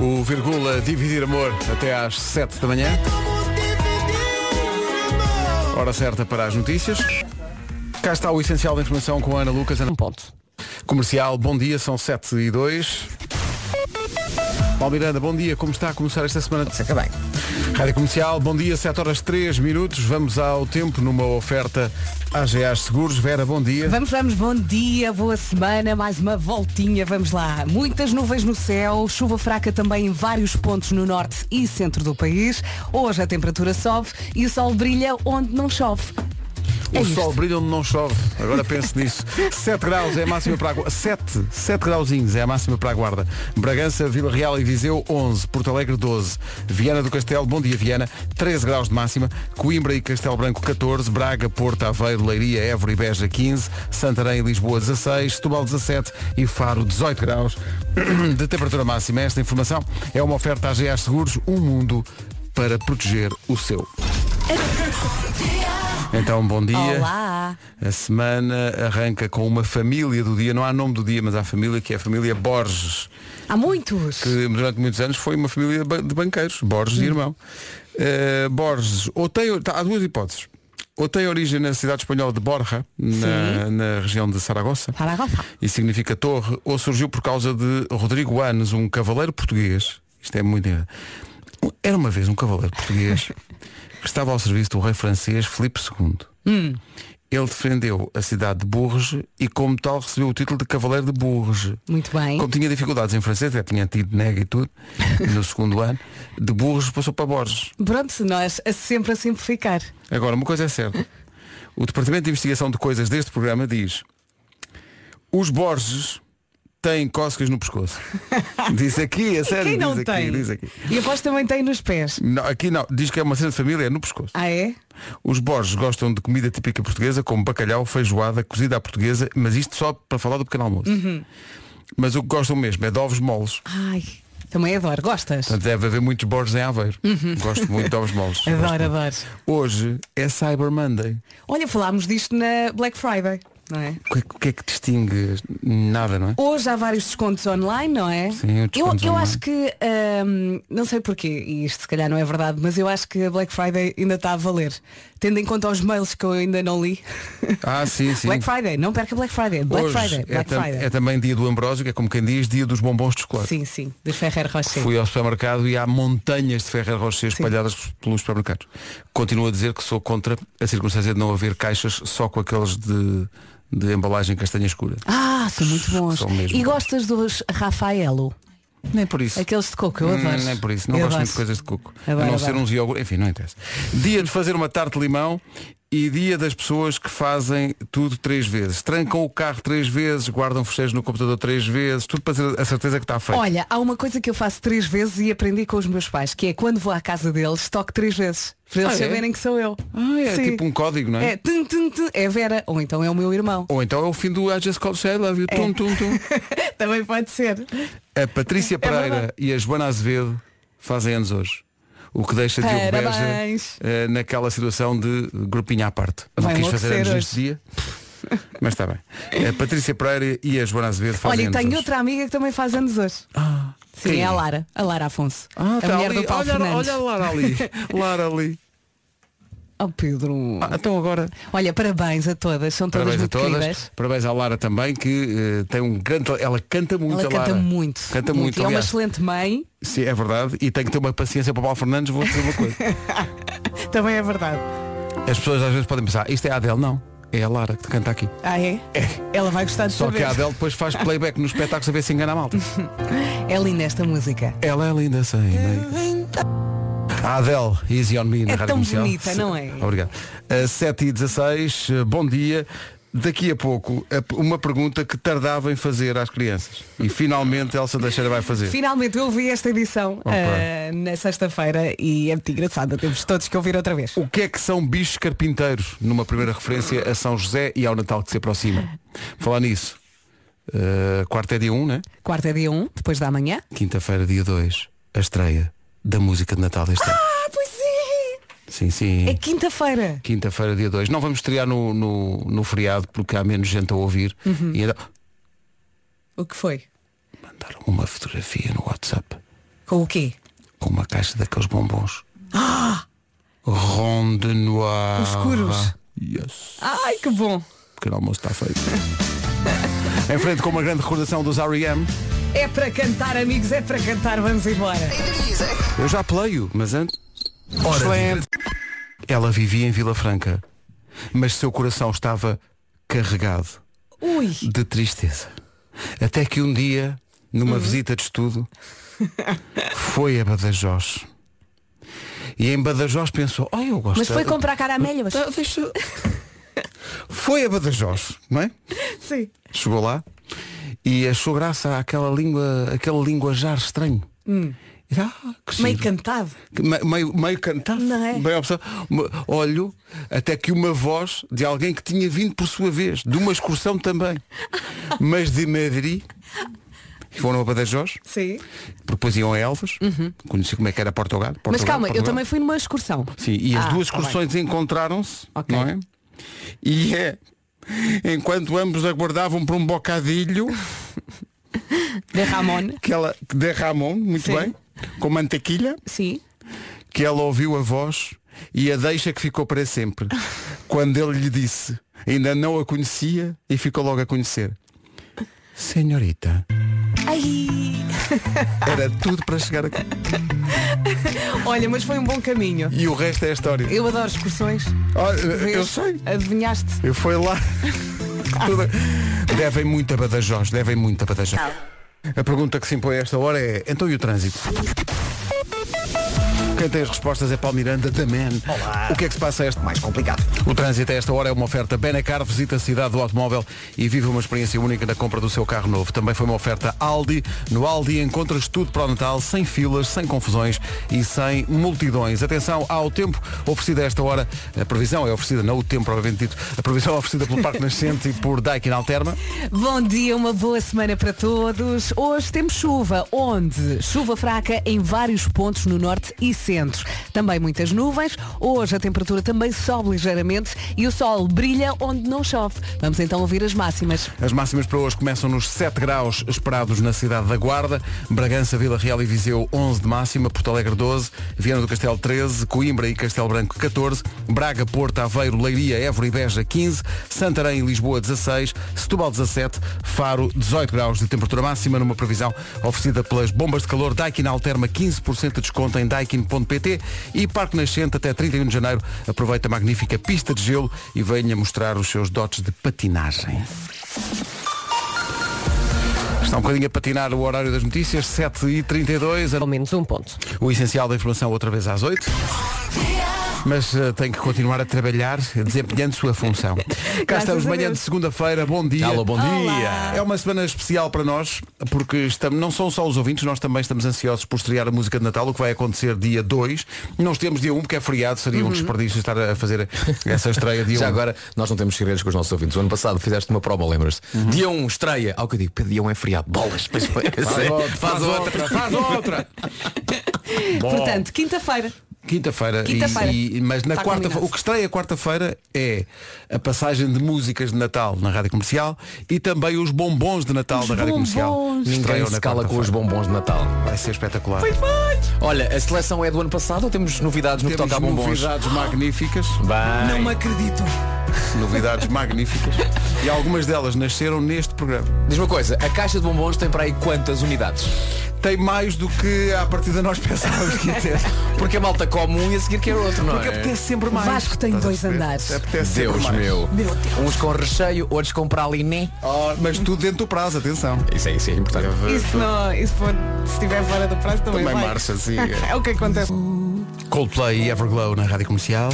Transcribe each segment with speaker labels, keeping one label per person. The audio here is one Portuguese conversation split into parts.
Speaker 1: O Virgula Dividir Amor até às 7 da manhã. Hora certa para as notícias. Cá está o essencial da informação com a Ana Lucas. Ana...
Speaker 2: Um ponto.
Speaker 1: Comercial, bom dia, são 7 e 2. Paulo Miranda, bom dia, como está a começar esta semana?
Speaker 2: Seca bem.
Speaker 1: Rádio Comercial, bom dia, 7 horas 3 minutos. Vamos ao tempo numa oferta AGA Seguros. Vera, bom dia.
Speaker 3: Vamos, vamos, bom dia, boa semana, mais uma voltinha, vamos lá. Muitas nuvens no céu, chuva fraca também em vários pontos no norte e centro do país. Hoje a temperatura sobe e o sol brilha onde não chove.
Speaker 1: O
Speaker 3: É isto.
Speaker 1: sol brilha onde não chove. Agora pense nisso. 7 graus é a máxima para a guarda. 7, 7 grauzinhos é a máxima para a guarda. Bragança, Vila Real e Viseu 11, Porto Alegre 12, Viana do Castelo, bom dia Viana, 13 graus de máxima, Coimbra e Castelo Branco 14, Braga, Porto, Aveiro, Leiria, Évora e Beja 15, Santarém e Lisboa 16, Setúbal 17 e Faro 18 graus de temperatura máxima. Esta informação é uma oferta à GA Seguros, um mundo para proteger o seu. Então, bom dia.
Speaker 3: Olá.
Speaker 1: A semana arranca com uma família do dia, não há nome do dia, mas há família que é a família Borges,
Speaker 3: Há muitos.
Speaker 1: que durante muitos anos foi uma família ba- de banqueiros, Borges e irmão. Eh, Borges, ou tem, tá, há duas hipóteses. Ou tem origem na cidade espanhola de Borja, na, na região de Saragossa,
Speaker 3: Para agora.
Speaker 1: e significa torre, ou surgiu por causa de Rodrigo Anes, um cavaleiro português. Isto é muito. Era uma vez um cavaleiro português que estava ao serviço do rei francês Filipe II. Ele defendeu a cidade de Bourges e, como tal, recebeu o título de Cavaleiro de Bourges.
Speaker 3: Muito bem.
Speaker 1: Como tinha dificuldades em francês, até tinha tido nega e tudo, no segundo ano, de Bourges passou para Borges.
Speaker 3: Pronto, nós a sempre a simplificar.
Speaker 1: Agora, uma coisa é certa. O Departamento de Investigação de Coisas deste programa diz os Borges têm cócegas no pescoço. Diz aqui, é sério.
Speaker 3: Quem não
Speaker 1: diz aqui,
Speaker 3: tem?
Speaker 1: diz aqui.
Speaker 3: E aposto também tem nos pés.
Speaker 1: Não, aqui não, diz que é uma cena de família, é no pescoço.
Speaker 3: Ah é?
Speaker 1: Os Borges gostam de comida típica portuguesa, como bacalhau, feijoada, cozida à portuguesa, mas isto só para falar do pequeno almoço.
Speaker 3: Uhum.
Speaker 1: Mas o que gostam mesmo é de ovos moles.
Speaker 3: Ai, também adoro. Gostas?
Speaker 1: Portanto, deve haver muitos Borges em Aveiro. Gosto muito de ovos moles.
Speaker 3: Uhum. Adoro, adoro.
Speaker 1: Hoje é Cyber Monday.
Speaker 3: Olha, falámos disto na Black Friday, não é?
Speaker 1: O que, é que- o que é que distingue? Nada, não é?
Speaker 3: Hoje há vários descontos online, não é?
Speaker 1: Sim,
Speaker 3: eu,
Speaker 1: descontos
Speaker 3: eu
Speaker 1: online.
Speaker 3: acho que, hum, não sei porquê, e isto se calhar não é verdade, mas eu acho que a Black Friday ainda está a valer. Tendo em conta os mails que eu ainda não li.
Speaker 1: Ah, sim, sim.
Speaker 3: Black Friday, não perca Black Friday. Black
Speaker 1: Hoje
Speaker 3: Friday,
Speaker 1: é,
Speaker 3: Black
Speaker 1: tam-
Speaker 3: Friday.
Speaker 1: é também dia do Ambrósio, que é como quem diz, dia dos bombons de chocolate.
Speaker 3: Sim, sim, de Ferrer Rocher.
Speaker 1: Fui ao supermercado e há montanhas de Ferrero Rocher espalhadas pelos supermercados. Continuo a dizer que sou contra a circunstância de não haver caixas só com aqueles de, de embalagem castanha escura.
Speaker 3: Ah, são muito bons.
Speaker 1: São mesmo
Speaker 3: e
Speaker 1: bons.
Speaker 3: gostas dos Rafaelo?
Speaker 1: Nem por isso.
Speaker 3: Aqueles de coco, eu
Speaker 1: Hum,
Speaker 3: adoro.
Speaker 1: Nem por isso. Não
Speaker 3: Eu
Speaker 1: gosto
Speaker 3: adoro.
Speaker 1: muito de coisas de coco.
Speaker 3: Adoro,
Speaker 1: a não
Speaker 3: adoro.
Speaker 1: ser uns iogurtes. Enfim, não interessa. Dia de fazer uma tarte de limão e dia das pessoas que fazem tudo três vezes. Trancam o carro três vezes, guardam fecheiros no computador três vezes, tudo para ter a certeza que está feito.
Speaker 3: Olha, há uma coisa que eu faço três vezes e aprendi com os meus pais, que é quando vou à casa deles, toco três vezes. Para eles
Speaker 1: Ah, é?
Speaker 3: saberem que sou eu.
Speaker 1: Ah, é
Speaker 3: Sim.
Speaker 1: tipo um código, não é?
Speaker 3: É, tum, tum, tum, é Vera, ou então é o meu irmão.
Speaker 1: Ou então é o fim do I Just Call to Say I Love You.
Speaker 3: É.
Speaker 1: Tum, tum, tum.
Speaker 3: Também pode ser.
Speaker 1: A Patrícia Pereira
Speaker 3: É verdade.
Speaker 1: e a Joana Azevedo fazem anos hoje. O que deixa de Diogo Beja
Speaker 3: Parabéns.
Speaker 1: eh, naquela situação de grupinho à parte. Não
Speaker 3: Vai
Speaker 1: quis fazer
Speaker 3: enlouquecer
Speaker 1: anos neste dia. Mas está bem. A Patrícia Pereira e a Joana Azevedo fazem
Speaker 3: Olha, e
Speaker 1: anos
Speaker 3: tenho
Speaker 1: hoje.
Speaker 3: outra amiga que também faz anos hoje. Sim,
Speaker 1: quem
Speaker 3: é a
Speaker 1: é?
Speaker 3: Lara, a Lara Afonso.
Speaker 1: Ah,
Speaker 3: a
Speaker 1: tá
Speaker 3: mulher
Speaker 1: ali.
Speaker 3: do Paulo
Speaker 1: Olha,
Speaker 3: Fernandes.
Speaker 1: olha a Lara ali. Lara ali.
Speaker 3: Oh Pedro.
Speaker 1: Ah, então agora,
Speaker 3: Olha, parabéns a todas, são todas
Speaker 1: parabéns a
Speaker 3: muito
Speaker 1: todas.
Speaker 3: queridas.
Speaker 1: Parabéns à Lara também, que eh, tem um grande. tal- Ela canta muito
Speaker 3: Ela
Speaker 1: a
Speaker 3: canta
Speaker 1: Lara.
Speaker 3: muito.
Speaker 1: Canta muito,
Speaker 3: E é uma
Speaker 1: aliás.
Speaker 3: excelente mãe,
Speaker 1: Sim, é verdade. E tem que ter uma paciência para o Paulo Fernandes, vou dizer uma coisa.
Speaker 3: também é verdade.
Speaker 1: As pessoas às vezes podem pensar, isto é a Adele, não. É a Lara que canta aqui.
Speaker 3: Ah, é? Ela vai gostar de
Speaker 1: Só
Speaker 3: saber.
Speaker 1: que a Adele depois faz playback nos espetáculos a ver se engana a malta.
Speaker 3: É linda esta música.
Speaker 1: Ela é linda sem meio. A Adele, Easy on Me na
Speaker 3: É
Speaker 1: Rádio
Speaker 3: tão
Speaker 1: Comercial.
Speaker 3: bonita, não é?
Speaker 1: Obrigado. Uh, 7 e 16 uh, bom dia. Daqui a pouco, a p- uma pergunta que tardava em fazer às crianças. E finalmente Elsa Teixeira vai fazer.
Speaker 3: Finalmente eu ouvi esta edição ah, na sexta-feira e é muito engraçada. Temos todos que ouvir outra vez.
Speaker 1: O que é que são bichos carpinteiros? Numa primeira referência a São José e ao Natal que se aproxima. Falar nisso. Uh, quarta é dia 1, né?
Speaker 3: Quarta é dia 1, depois da manhã.
Speaker 1: Quinta-feira, dia 2, a estreia da música de Natal deste ano.
Speaker 3: Ah, pois é!
Speaker 1: Sim, sim.
Speaker 3: É quinta-feira.
Speaker 1: Quinta-feira, dia 2. Não vamos estrear no, no, no feriado porque há menos gente a ouvir.
Speaker 3: Uhum.
Speaker 1: E então,
Speaker 3: O que foi?
Speaker 1: mandaram uma fotografia no WhatsApp
Speaker 3: Com o quê?
Speaker 1: Com uma caixa daqueles bombons. Ronde noir.
Speaker 3: Os escuros.
Speaker 1: Yes.
Speaker 3: Ai, que bom.
Speaker 1: O pequeno almoço está feito. em frente com uma grande recordação dos R.E.M.
Speaker 3: É para cantar, amigos, é para cantar. Vamos embora.
Speaker 1: Eu já pleio, mas antes. Excelente. Ela vivia em Vila Franca, mas seu coração estava carregado
Speaker 3: Ui.
Speaker 1: de tristeza. Até que um dia, numa
Speaker 3: Uhum.
Speaker 1: visita de estudo, foi a Badajoz. E em Badajoz pensou, oh, eu gosto.
Speaker 3: Mas foi Ah,
Speaker 1: de-
Speaker 3: comprar caramelhas.
Speaker 1: Tá, deixa- Foi a Badajoz, não é?
Speaker 3: Sim.
Speaker 1: Chegou lá e achou graça àquela língua, aquele linguajar estranho. E, ah, que giro.
Speaker 3: Hum. Meio cantado.
Speaker 1: Que me- meio, meio cantado.
Speaker 3: Não é?
Speaker 1: Bem, observa- me- olho até que uma voz de alguém que tinha vindo por sua vez, de uma excursão também, mas de Madrid, foram a Badajoz,
Speaker 3: Sim.
Speaker 1: porque depois iam a Elvas, conheci como é que era Portugal.
Speaker 3: Uhum. Mas
Speaker 1: Portugal,
Speaker 3: calma, eu
Speaker 1: Portugal.
Speaker 3: também fui numa excursão.
Speaker 1: Sim, e as
Speaker 3: Ah,
Speaker 1: duas
Speaker 3: tá bem.
Speaker 1: excursões encontraram-se,
Speaker 3: Ok.
Speaker 1: não é? E é, enquanto ambos aguardavam por um bocadilho,
Speaker 3: De Ramon.
Speaker 1: que ela de Ramon, muito
Speaker 3: Sim.
Speaker 1: bem, com mantequilha,
Speaker 3: Sim.
Speaker 1: que ela ouviu a voz e a deixa que ficou para sempre. Quando ele lhe disse, ainda não a conhecia e ficou logo a conhecer. Senhorita,
Speaker 3: Ai.
Speaker 1: era tudo para chegar aqui.
Speaker 3: Olha, mas foi um bom caminho.
Speaker 1: E o resto é a história.
Speaker 3: Eu adoro excursões.
Speaker 1: Olha,
Speaker 3: Vês?
Speaker 1: eu sei.
Speaker 3: Adivinhaste?
Speaker 1: Eu fui lá. Tudo- Devem muito a Badajoz, devem muito a Badajoz. A pergunta que se impõe a esta hora é, então e o trânsito? Quem tem as respostas é Paulo Miranda, da Man.
Speaker 2: Olá.
Speaker 1: O que é que se passa a esta
Speaker 2: Mais complicado.
Speaker 1: O trânsito a esta hora é uma oferta Benacar, visita a cidade do automóvel e vive uma experiência única na compra do seu carro novo. Também foi uma oferta Aldi. No Aldi encontras tudo para o Natal, sem filas, sem confusões e sem multidões. Atenção ao tempo oferecido a esta hora. A previsão é oferecida, não o tempo provavelmente dito. A previsão é oferecida pelo Parque Nascente e por Daikin Alterma.
Speaker 3: Bom dia, uma boa semana para todos. Hoje temos chuva. Onde? Chuva fraca em vários pontos no norte e centro. Também muitas nuvens. Hoje a temperatura também sobe ligeiramente e o sol brilha onde não chove. Vamos então ouvir as máximas.
Speaker 1: As máximas para hoje começam nos 7 graus esperados na cidade da Guarda, Bragança, Vila Real e Viseu 11 de máxima, Porto Alegre 12, Viana do Castelo 13, Coimbra e Castelo Branco 14, Braga, Porto, Aveiro, Leiria, Évora e Beja 15, Santarém e Lisboa 16, Setúbal 17, Faro 18 graus de temperatura máxima numa previsão oferecida pelas bombas de calor Daikin Alterma 15% de desconto em daikin.pt e Parque Nascente até 31 de janeiro aproveita a magnífica pista de gelo e venha mostrar os seus dotes de patinagem. Está um bocadinho a patinar o horário das notícias, 7h32.
Speaker 4: Pelo menos um ponto.
Speaker 1: O essencial da informação outra vez às 8 mas eh, tem que continuar a trabalhar desempenhando sua função. Cá
Speaker 3: Graças
Speaker 1: estamos
Speaker 3: a
Speaker 1: manhã de
Speaker 3: Deus.
Speaker 1: segunda-feira. Bom dia.
Speaker 2: Alô, bom dia.
Speaker 1: É uma semana especial para nós, porque estamos, não são só os ouvintes, nós também estamos ansiosos por estrear a música de Natal, o que vai acontecer dia 2. Não temos dia 1, porque é feriado, seria
Speaker 3: Uhum.
Speaker 1: um desperdício estar a fazer essa estreia dia 1.
Speaker 2: Já agora, nós não temos segredos com os nossos ouvintes. O ano passado fizeste uma promo, lembras-te?
Speaker 1: Uhum.
Speaker 2: Dia 1, estreia. Ao que eu digo, Pedro, dia 1 é feriado. Bolas. Pois foi.
Speaker 1: Faz outra, faz outra, faz outra.
Speaker 3: Portanto, quinta-feira.
Speaker 1: Quinta-feira. e-
Speaker 3: Quinta-feira.
Speaker 1: e- mas na
Speaker 3: Tá
Speaker 1: quarta
Speaker 3: combinado.
Speaker 1: o que estreia quarta-feira é a passagem de músicas de Natal na Rádio Comercial e também os bombons de Natal
Speaker 3: Os
Speaker 1: na Rádio Comercial.
Speaker 3: bombons.
Speaker 2: Ninguém
Speaker 1: Estreiam
Speaker 2: se
Speaker 1: na
Speaker 2: cala com os
Speaker 1: quarta-feira.
Speaker 2: bombons de Natal.
Speaker 1: Vai ser espetacular.
Speaker 2: Olha, a seleção é do ano passado ou temos novidades no que
Speaker 1: Temos
Speaker 2: toca a bombons?
Speaker 1: novidades magníficas.
Speaker 2: Bem,
Speaker 3: acredito.
Speaker 1: Novidades magníficas. E algumas delas nasceram neste programa.
Speaker 2: diz uma coisa, a caixa de bombons tem para aí quantas unidades?
Speaker 1: Tem mais do que à partida nós pensávamos que ia ter.
Speaker 2: Porque a malta come um e a seguir quer outro, não
Speaker 1: Porque
Speaker 2: é?
Speaker 1: apetece sempre mais.
Speaker 3: Vasco tem
Speaker 1: Estás a
Speaker 3: dois
Speaker 1: perceber? É
Speaker 3: andares.
Speaker 1: Apetece sempre
Speaker 2: Deus
Speaker 1: mais.
Speaker 2: meu.
Speaker 3: Meu Deus.
Speaker 2: Uns com recheio, outros com praliné.
Speaker 1: Oh, mas tudo dentro do prazo, atenção.
Speaker 2: Isso é, isso é importante.
Speaker 3: Isso não, isso for, se estiver fora do prazo também,
Speaker 1: Também
Speaker 3: vai.
Speaker 1: marcha, sim.
Speaker 3: É o que acontece.
Speaker 1: Coldplay e Everglow na Rádio Comercial.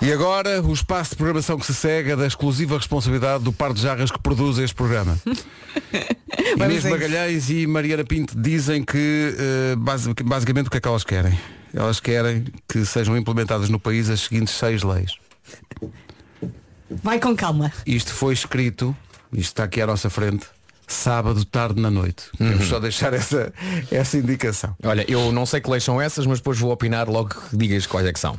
Speaker 1: E agora o espaço de programação que se segue é da exclusiva responsabilidade do par de jarras que produz este programa. Inês
Speaker 3: a isso.
Speaker 1: Magalhães e Mariana Pinto dizem que eh, basi- que basicamente o que é que elas querem? Elas querem que sejam implementadas no país as seguintes seis leis.
Speaker 3: Vai com calma.
Speaker 1: Isto foi escrito, isto está aqui à nossa frente, sábado tarde na noite. Queremos só deixar essa, essa indicação.
Speaker 2: Olha, eu não sei que leis são essas, mas depois vou opinar logo que digas quais é que são.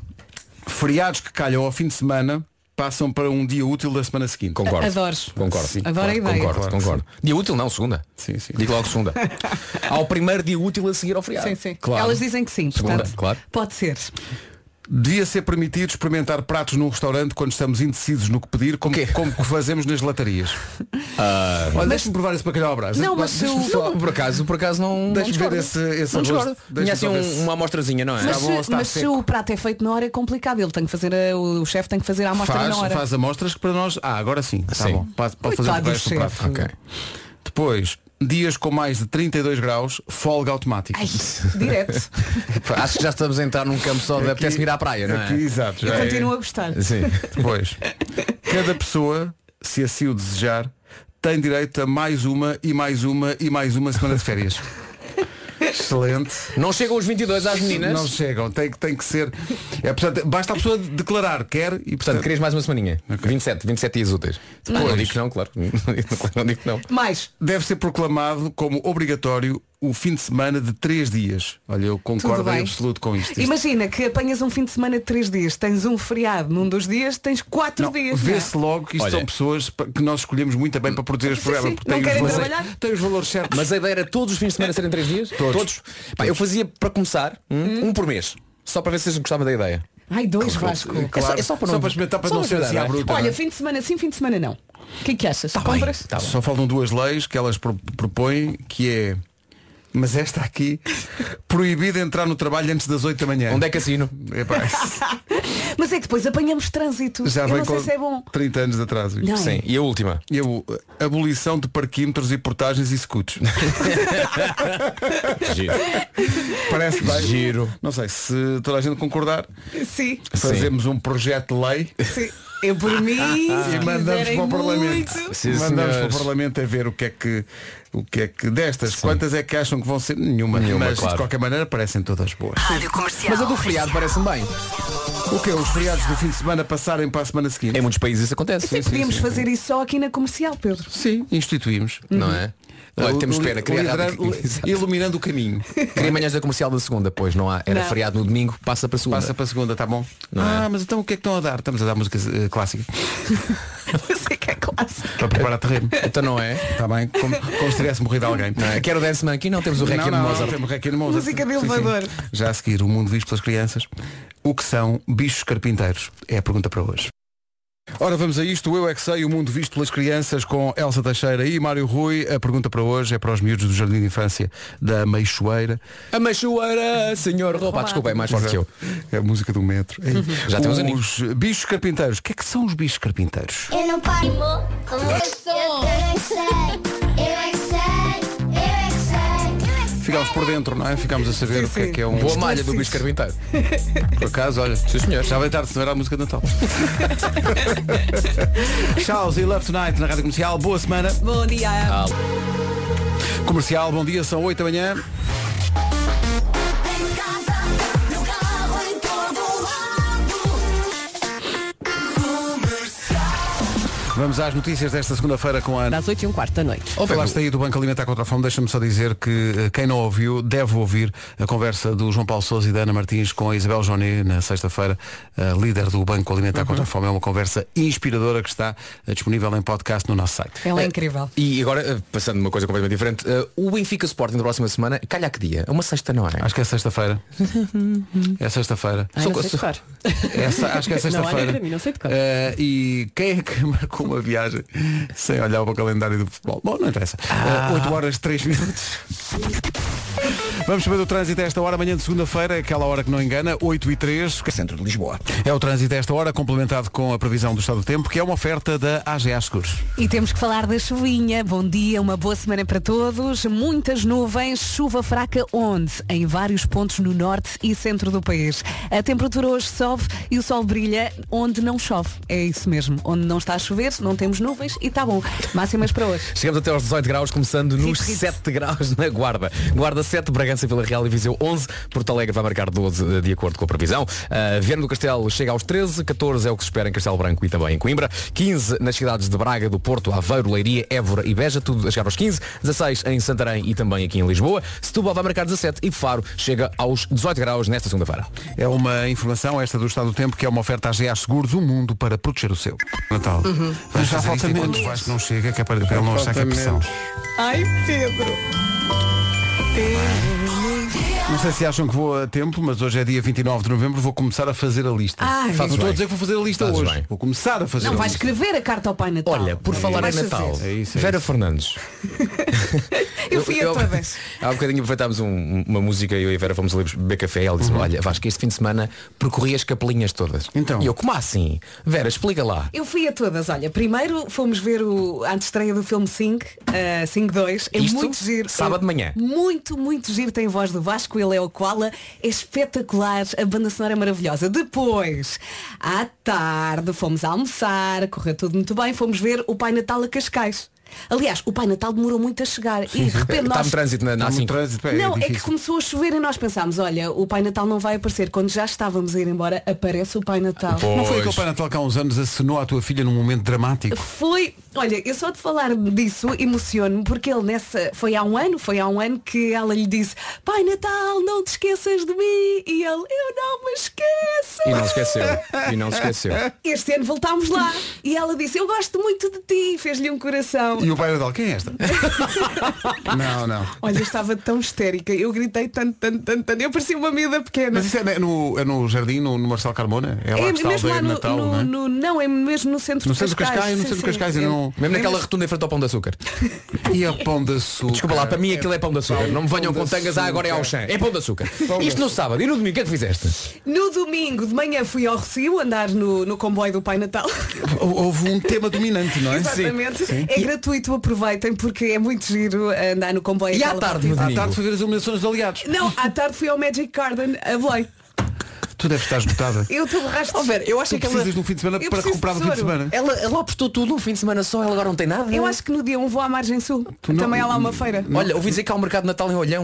Speaker 1: feriados que calham ao fim de semana passam para um dia útil da semana seguinte.
Speaker 2: Concordo.
Speaker 3: Adoro.
Speaker 2: Concordo.
Speaker 1: Sim.
Speaker 3: Adoro a é ideia.
Speaker 2: Concordo,
Speaker 1: Claro que
Speaker 2: concordo. Dia útil não, segunda.
Speaker 1: Sim, sim.
Speaker 2: Digo logo segunda. Ao primeiro dia útil a seguir ao feriado.
Speaker 3: Sim, sim.
Speaker 2: Claro.
Speaker 3: Elas dizem que sim,
Speaker 2: Segunda,
Speaker 3: portanto,
Speaker 2: claro.
Speaker 3: pode ser.
Speaker 1: Devia ser permitido experimentar pratos num restaurante quando estamos indecisos no que pedir, como,
Speaker 2: Quê?
Speaker 1: como que fazemos nas latarias. Olha, deixa-me provar esse bacalhau à brás.
Speaker 3: Não, mas
Speaker 1: Deixa-me
Speaker 3: eu-
Speaker 1: só-
Speaker 2: Não, por acaso, por acaso não. não
Speaker 1: Deixa-me ver
Speaker 2: discordo.
Speaker 1: esse- esse
Speaker 2: não
Speaker 1: arroz.
Speaker 2: discordo.
Speaker 1: Deixa-me
Speaker 2: Tinha assim
Speaker 1: só ver
Speaker 2: um-
Speaker 1: se-
Speaker 2: uma amostrazinha, não é?
Speaker 3: Mas,
Speaker 1: Tá bom ou
Speaker 3: se,
Speaker 1: está
Speaker 3: mas se
Speaker 1: seco?
Speaker 3: o prato é feito na hora é complicado. Ele tem que fazer a- o chefe tem que fazer a amostra
Speaker 1: Faz,
Speaker 3: na hora.
Speaker 1: faz amostras que para nós. Ah, agora sim. Está
Speaker 2: Sim.
Speaker 1: bom. Pode, pode fazer
Speaker 3: Coitado
Speaker 1: o
Speaker 3: do
Speaker 1: resto do prato.
Speaker 3: chefe.
Speaker 2: Ok.
Speaker 1: Depois, dias com mais de 32 graus, folga automática.
Speaker 3: Ai, direto.
Speaker 2: Acho que já estamos a entrar num campo só de
Speaker 1: Aqui-
Speaker 2: apetece ir à praia, não é?
Speaker 1: Aqui, exato.
Speaker 3: Eu
Speaker 1: já é.
Speaker 3: continuo a gostar.
Speaker 2: Sim.
Speaker 1: Depois, cada pessoa, se assim o desejar, tem direito a mais uma e mais uma e mais uma semana de férias. Excelente.
Speaker 2: Não chegam os 22 às meninas.
Speaker 1: Não chegam, tem, que- tem que ser. É, portanto, basta a pessoa declarar, quer e
Speaker 2: Portanto,
Speaker 1: portanto.
Speaker 2: querias mais uma semaninha. 27, 27 dias úteis. Não digo que não, claro. Não digo que não.
Speaker 3: Mais.
Speaker 1: Deve ser proclamado como obrigatório o fim de semana de três dias. Olha, eu concordo
Speaker 3: bem.
Speaker 1: em absoluto com isto. Isto-
Speaker 3: Imagina que apanhas um fim de semana de três dias, tens um feriado num dos dias, tens quatro
Speaker 1: Não,
Speaker 3: dias.
Speaker 1: Vê-se
Speaker 3: não é?
Speaker 1: logo que isto
Speaker 2: Olha.
Speaker 1: são pessoas pa- que nós escolhemos muito bem para proteger este
Speaker 3: Sim,
Speaker 1: programa.
Speaker 3: sim,
Speaker 1: porque
Speaker 3: não
Speaker 1: têm os
Speaker 3: querem
Speaker 1: valores-
Speaker 3: trabalhar.
Speaker 1: Têm os valores certos.
Speaker 2: Mas a ideia era todos os fins de semana serem três dias? Todos. Pá, eu fazia para começar um, um por mês. Só para ver se vocês gostavam da ideia.
Speaker 3: é? Ai, dois Vasco.
Speaker 2: É só, é só para
Speaker 1: Só
Speaker 2: não
Speaker 1: para experimentar, para não ser
Speaker 2: cuidar,
Speaker 1: assim à
Speaker 2: é?
Speaker 1: bruta.
Speaker 3: Olha, fim de semana sim, fim de semana não. O que é que achas?
Speaker 2: Tá bem,
Speaker 3: Compras?
Speaker 2: tá bem.
Speaker 1: Só faltam duas leis que elas pro- propõem, que é. Mas esta aqui, proibido entrar no trabalho antes das 8 da manhã.
Speaker 2: Onde é cassino?
Speaker 1: Epá,
Speaker 3: Mas é que depois apanhamos trânsito.
Speaker 1: já
Speaker 3: Eu
Speaker 1: vem
Speaker 3: não sei
Speaker 1: com
Speaker 3: se é bom.
Speaker 1: 30 anos de atraso.
Speaker 3: Não. é.
Speaker 2: Sim. E a última?
Speaker 1: E eu, abolição de parquímetros e portagens e scooters.
Speaker 2: Giro.
Speaker 1: Parece bem.
Speaker 2: Giro.
Speaker 1: Não sei, se toda a gente concordar,
Speaker 3: Sim,
Speaker 1: fazemos um projeto de lei
Speaker 3: sim. Eu por mim. se
Speaker 1: e mandamos
Speaker 3: quiserem
Speaker 1: para o Parlamento.
Speaker 3: muito.
Speaker 2: Sim,
Speaker 1: mandamos
Speaker 2: senhores.
Speaker 1: para o Parlamento a ver o que é que, o que, é que destas. Quantas é que acham que vão ser? Nenhuma,
Speaker 2: Nenhuma,
Speaker 1: mas
Speaker 2: claro.
Speaker 1: de qualquer maneira parecem todas boas.
Speaker 2: Mas a do feriado parece-me bem.
Speaker 1: O que é Os feriados do fim de semana passarem para a semana seguinte?
Speaker 2: Em muitos países isso acontece.
Speaker 3: Sim, podíamos fazer isso só aqui na comercial, Pedro.
Speaker 1: Sim, instituímos.
Speaker 2: Não é? Olha,
Speaker 1: Li-
Speaker 2: temos pena.
Speaker 1: li-
Speaker 2: Queria,
Speaker 1: liderar-
Speaker 2: Uhum.
Speaker 1: li- iluminando o caminho.
Speaker 2: queria manhãs da comercial da segunda, pois não há. Era
Speaker 3: Não.
Speaker 2: feriado no domingo, passa para segunda.
Speaker 1: Passa para a segunda, tá bom?
Speaker 2: Não é?
Speaker 1: ah, mas então o que é que estão a dar? Estamos a dar música eh, clássica
Speaker 3: Eu sei que é clássico.
Speaker 1: para preparar terreno.
Speaker 2: Então não é?
Speaker 1: Está Tá bem? Como, como se tivesse morrido alguém.
Speaker 2: Não é? Quero Dance Monkey, não temos o Requiem
Speaker 1: Não,
Speaker 2: de
Speaker 1: não, não,
Speaker 2: Mozart.
Speaker 1: temos Requiem de Mozart.
Speaker 3: Música de
Speaker 1: é Sim, sim.
Speaker 3: elevador.
Speaker 1: Já a seguir, o mundo visto pelas crianças. O que são bichos carpinteiros? É a pergunta para hoje. Ora, vamos a isto. Eu é que sei, o mundo visto pelas crianças com Elsa Teixeira e Mário Rui. A pergunta para hoje é para os miúdos do Jardim de Infância da Meixoeira.
Speaker 2: A machoeira, senhor roupa. Ah, desculpa, é mais forte que eu. Uhum.
Speaker 1: É a música do metro.
Speaker 2: Já temos
Speaker 1: os bichos carpinteiros. O que é que são os bichos carpinteiros?
Speaker 4: Eu não paro. Como eu sou. Eu é que sei. Eu é que sei. Eu é que sei. Eu é que sei.
Speaker 1: Ficámos por dentro, não é? Ficámos a saber
Speaker 3: Sim,
Speaker 1: o que é
Speaker 3: sim.
Speaker 1: que é um.
Speaker 2: Boa malha do bicho carpinteiro.
Speaker 1: Por acaso, olha. Sim,
Speaker 2: senhor.
Speaker 1: Já vai tarde, se não era a música de Natal. Charles e Love Tonight na Rádio Comercial. Boa semana.
Speaker 3: Bom dia.
Speaker 1: Comercial, bom dia, são 8 da manhã.
Speaker 4: Em casa, no carro, em todo lado.
Speaker 1: Vamos às notícias desta segunda-feira com a Ana.
Speaker 3: Às 8 e um quarto da noite.
Speaker 1: Ou falaste aí do Banco Alimentar contra a Fome, deixa-me só dizer que eh, quem não ouviu deve ouvir a conversa do João Paulo Sousa e da Ana Martins com a Isabel Joné na sexta-feira, eh, líder do Banco Alimentar contra a Fome. É uma conversa inspiradora que está eh, disponível em podcast no nosso site.
Speaker 3: Ela é incrível.
Speaker 2: E agora, eh, passando uma coisa completamente diferente, eh, o Benfica Sporting da próxima semana, calha que dia? É uma sexta, não é?
Speaker 1: Acho que é sexta-feira. É sexta-feira.
Speaker 5: Ai, não sei
Speaker 2: sou-
Speaker 5: tocar.
Speaker 1: É se- acho que é
Speaker 5: Não olha
Speaker 1: sexta-feira.
Speaker 5: para mim, não sei de cor.
Speaker 1: Eh, e quem é que marcou uma viagem sem olhar para o calendário do futebol? Bom, não interessa.
Speaker 5: Ah.
Speaker 1: Eh, 8 horas 3 minutos. Vamos saber do trânsito a esta hora, amanhã de segunda-feira, aquela hora que não engana, 8 e 3.
Speaker 2: Centro de Lisboa.
Speaker 1: É o trânsito a esta hora, complementado com a previsão do estado do tempo, que é uma oferta da AGA Seguros.
Speaker 3: E temos que falar da chuvinha. Bom dia, uma boa semana para todos. Muitas nuvens, chuva fraca onde? Em vários pontos no norte e centro do país. A temperatura hoje sobe e o sol brilha onde não chove. É isso mesmo. Onde não está a chover, não temos nuvens e está bom. Máximas para hoje.
Speaker 2: Chegamos até aos 18 graus, começando nos
Speaker 3: Rito, rito.
Speaker 2: 7 graus na Guarda. Guarda 7, Bragança. Bragança, Vila Real e Viseu 11, Porto Alegre vai marcar 12 eh, de acordo com a previsão. Uh, Viana do Castelo chega aos 13, 14 é o que se espera em Castelo Branco e também em Coimbra, 15 nas cidades de Braga, do Porto, Aveiro, Leiria, Évora e Beja, tudo a chegar aos 15, 16 em Santarém e também aqui em Lisboa, Setúbal vai marcar 17 e Faro chega aos 18 graus nesta segunda-feira.
Speaker 1: É uma informação, esta do Estado do Tempo, que é uma oferta à GA Seguros, o mundo para proteger o seu. Natal.
Speaker 5: Uhum.
Speaker 1: Mas já falta menos. Vais não chega, que é para para ele não achar que é pressão.
Speaker 3: Ai, Pedro.
Speaker 1: Não sei se acham que vou a tempo, mas hoje é dia 29 de novembro, vou começar a fazer a lista.
Speaker 3: Ai,
Speaker 1: não
Speaker 2: bem.
Speaker 1: estou a dizer que vou fazer a lista
Speaker 2: Fazes
Speaker 1: hoje.
Speaker 2: bem.
Speaker 1: Vou começar a fazer
Speaker 3: Ah, Não,
Speaker 1: a
Speaker 3: vai
Speaker 1: lista.
Speaker 3: escrever a carta ao Pai Natal.
Speaker 2: Olha, por falar em
Speaker 3: Ah, Vais
Speaker 2: Natal,
Speaker 3: fazer.
Speaker 1: É isso, é
Speaker 2: Vera
Speaker 1: isso.
Speaker 2: Fernandes.
Speaker 3: Eu fui a
Speaker 2: Eu-
Speaker 3: todas.
Speaker 2: Há um bocadinho aproveitámos um- uma música eu e a Vera fomos ali beber café e ela disse-me, olha, Vasco, este fim de semana percorri as capelinhas todas.
Speaker 1: Então.
Speaker 2: E eu, como assim? Vera, explica lá.
Speaker 3: Eu fui a todas, olha, primeiro fomos ver o, a estreia do filme Sing, eh, Sing 2, é
Speaker 2: Isto,
Speaker 3: muito giro. É
Speaker 2: sábado de manhã.
Speaker 3: Muito, muito giro, tem a voz do Vasco, ele é o Koala, é espetacular, a banda sonora é maravilhosa. Depois, à tarde, fomos almoçar, correu tudo muito bem, fomos ver o Pai Natal a Cascais. Aliás, o Pai Natal demorou muito a chegar e de repente
Speaker 2: Está-me
Speaker 3: nós...
Speaker 2: trânsito na, assim. na
Speaker 1: Está muito
Speaker 2: 5.
Speaker 1: trânsito, é
Speaker 3: não, é que
Speaker 1: difícil.
Speaker 3: começou a chover e nós pensámos, olha, o Pai Natal não vai aparecer. Quando já estávamos a ir embora, aparece o Pai Natal.
Speaker 1: Não foi
Speaker 2: Pois.
Speaker 1: aquele Pai Natal que há uns anos acenou à tua filha num momento dramático?
Speaker 3: Foi, olha, eu só de falar disso emociono-me porque ele nessa, foi há um ano, foi há um ano que ela lhe disse Pai Natal, não te esqueças de mim E ele, eu não me esqueço
Speaker 2: E não se esqueceu. E não se esqueceu.
Speaker 3: Este ano voltámos lá E ela disse, eu gosto muito de ti E Fez-lhe um coração
Speaker 1: E o Pai Natal, quem é esta? não, não.
Speaker 3: Olha, eu estava tão histérica Eu gritei tanto, tanto, tanto, tanto Eu parecia uma miúda pequena
Speaker 1: Mas isso é no, é no jardim, no, no Marcelo Carmona? É lá que está a
Speaker 3: mesmo
Speaker 1: aldeia
Speaker 3: lá
Speaker 1: de
Speaker 3: no,
Speaker 1: Natal,
Speaker 3: no-
Speaker 1: não é?
Speaker 3: no- não, é mesmo no centro
Speaker 1: No
Speaker 3: de
Speaker 1: centro de Cascais, no
Speaker 3: Sim,
Speaker 1: centro de
Speaker 3: sim.
Speaker 1: Cascais, eu não-
Speaker 2: Mesmo naquela rotunda em frente ao Pão de Açúcar.
Speaker 1: E a pão de açúcar.
Speaker 2: Desculpa lá, para mim aquilo é Pão de Açúcar. Não me venham
Speaker 1: Pão
Speaker 2: com
Speaker 1: de
Speaker 2: tangas, ah, agora é ao chão. É Pão de Açúcar. Isto no sábado. E no domingo, o que é que fizeste?
Speaker 3: No domingo de manhã fui ao Recio andar no, no comboio do Pai Natal
Speaker 1: Hou- Houve um tema dominante, não é?
Speaker 3: Exatamente. É gratuito, aproveitem porque é muito giro andar no comboio.
Speaker 2: E à
Speaker 3: aquela
Speaker 2: tarde, no
Speaker 3: partida.
Speaker 1: À
Speaker 2: domingo.
Speaker 1: tarde foi ver as iluminações dos aliados.
Speaker 3: Não, à tarde fui ao Magic Garden a Belém.
Speaker 1: Tu deves estar esgotada.
Speaker 3: Eu estou resto.
Speaker 2: Oh, Vera, eu acho
Speaker 1: Tu
Speaker 2: que
Speaker 1: precisas
Speaker 2: ela,
Speaker 1: de um fim de semana
Speaker 3: Eu
Speaker 1: para
Speaker 3: preciso
Speaker 1: recuperar
Speaker 3: de Hum.
Speaker 1: do fim de
Speaker 3: tesouro.
Speaker 1: semana.
Speaker 2: ela, ela apostou tudo um fim de semana só, ela agora não tem nada.
Speaker 3: Eu acho que no dia 1 vou à Margem Sul.
Speaker 1: não-
Speaker 3: Também há lá uma feira.
Speaker 2: Olha, ouvi dizer que há um mercado de Natal em Olhão.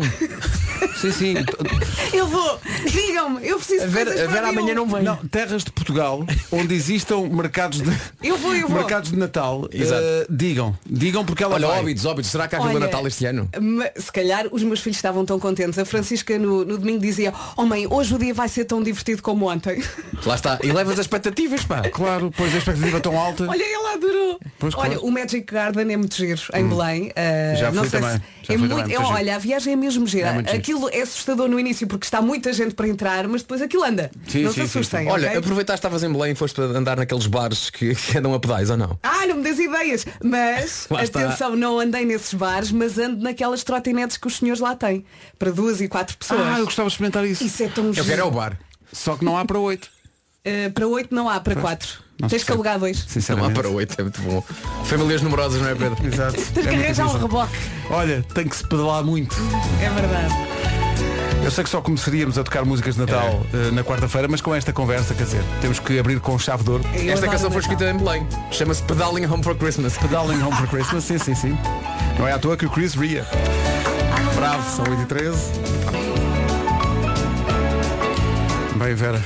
Speaker 1: Sim, sim.
Speaker 3: Eu vou. Digam-me, eu preciso
Speaker 2: A
Speaker 3: de
Speaker 2: Vera,
Speaker 3: coisas
Speaker 2: a
Speaker 3: para
Speaker 2: Vera
Speaker 3: dia
Speaker 2: amanhã
Speaker 3: 1.
Speaker 2: não vem.
Speaker 1: Não, terras de Portugal onde existam mercados de
Speaker 3: Eu vou, eu vou.
Speaker 1: mercados de Natal.
Speaker 2: Exato.
Speaker 1: eh, digam, digam porque ela
Speaker 2: Olha,
Speaker 1: vai.
Speaker 2: óbitos, óbitos, será que há Vila
Speaker 3: Olha,
Speaker 2: Natal este ano?
Speaker 3: ma- Se calhar os meus filhos estavam tão contentes. A Francisca no, no domingo dizia, oh mãe, hoje o dia vai ser tão divertido como ontem.
Speaker 2: Lá está. E levas as expectativas, pá.
Speaker 1: Claro, pois a expectativa é tão alta.
Speaker 3: Olha, ela adorou.
Speaker 1: Pois,
Speaker 3: olha,
Speaker 1: claro. Hum.
Speaker 3: o Magic Garden é muito giro em Belém. Ah,
Speaker 1: Já
Speaker 3: não
Speaker 1: fui
Speaker 3: sei se-
Speaker 1: também. Já fui
Speaker 3: é muito,
Speaker 1: também,
Speaker 3: é,
Speaker 1: muito
Speaker 3: olha, a viagem é mesmo
Speaker 1: É
Speaker 3: gira.
Speaker 1: muito giro.
Speaker 3: aquilo é assustador no início porque está muita gente para entrar, mas depois aquilo anda.
Speaker 1: Sim,
Speaker 3: não
Speaker 1: sim,
Speaker 3: se
Speaker 1: sim,
Speaker 3: assustem.
Speaker 1: sim.
Speaker 2: Olha,
Speaker 3: ok?
Speaker 2: aproveitaste que estavas em Belém e foste para andar naqueles bares que, que andam a pedais, ou não?
Speaker 3: Ah, não me des ideias. Mas,
Speaker 2: Lá está.
Speaker 3: atenção, não andei nesses bares, mas ando naquelas trotinetes que os senhores lá têm. Para duas e quatro pessoas.
Speaker 1: Ah, eu gostava de experimentar isso.
Speaker 3: Isso é tão
Speaker 2: Eu
Speaker 3: giro.
Speaker 2: quero é o bar.
Speaker 1: Só que não há para oito.
Speaker 3: Ah, para oito não há, para quatro.
Speaker 1: Não se
Speaker 3: Tens que
Speaker 1: percebe.
Speaker 3: alugar dois.
Speaker 2: Não há
Speaker 1: Sinceramente.
Speaker 2: para oito, é muito bom. Famílias numerosas, não é Pedro?
Speaker 1: Exato.
Speaker 3: Tens
Speaker 1: É
Speaker 3: que
Speaker 1: muito
Speaker 3: arranjar um
Speaker 1: difícil.
Speaker 3: reboque.
Speaker 1: Olha, tem que se pedalar muito.
Speaker 3: É verdade.
Speaker 1: Eu sei que só começaríamos a tocar músicas de Natal
Speaker 2: É.
Speaker 1: eh, na quarta-feira, mas com esta conversa, quer dizer, temos que abrir com chave de ouro.
Speaker 3: Eu
Speaker 2: Esta
Speaker 3: adoro
Speaker 2: canção foi
Speaker 3: Natal.
Speaker 2: escrita em Belém. Chama-se Pedaling Home for Christmas.
Speaker 1: Pedaling Home for Christmas, sim, sim, sim. Não é à toa que o Chris Ria. Bravo, são 8 e 13. Bem, Vera,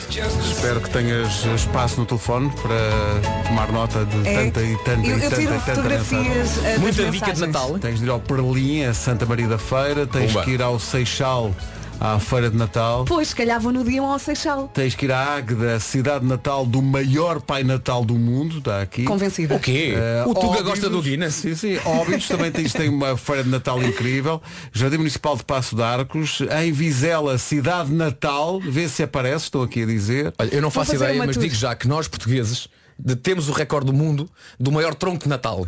Speaker 1: espero que tenhas espaço no telefone para tomar nota de
Speaker 3: É.
Speaker 1: tanta e tanta
Speaker 3: eu,
Speaker 1: e
Speaker 3: eu
Speaker 1: tanta
Speaker 3: tiro
Speaker 1: e tanta mensagem.
Speaker 3: fotografias ah, das
Speaker 2: Muita
Speaker 3: mensagens.
Speaker 2: dica de Natal.
Speaker 1: Tens de ir ao Perlim, a Santa Maria da Feira, tens
Speaker 2: Pumba.
Speaker 1: que ir ao Seixal, à Feira de Natal.
Speaker 3: Pois, se calhar vou no dia 1 ao Seixal.
Speaker 1: Tens que ir à Águeda, cidade natal do maior pai natal do mundo, está aqui.
Speaker 3: Convencida.
Speaker 2: O quê?
Speaker 1: Eh,
Speaker 2: o Tuga
Speaker 1: Óbidos-
Speaker 2: gosta do Guinness.
Speaker 1: Sim, sim. Óbidos também tem, tem uma feira de Natal incrível. Jardim Municipal de Passo de Arcos. Em Vizela, cidade natal. Vê se aparece, estou aqui a dizer.
Speaker 2: Olha, eu não
Speaker 3: Vou
Speaker 2: faço
Speaker 3: fazer
Speaker 2: ideia,
Speaker 3: uma
Speaker 2: mas
Speaker 3: tour.
Speaker 2: digo já que nós portugueses de- temos o recorde do mundo do maior tronco de Natal.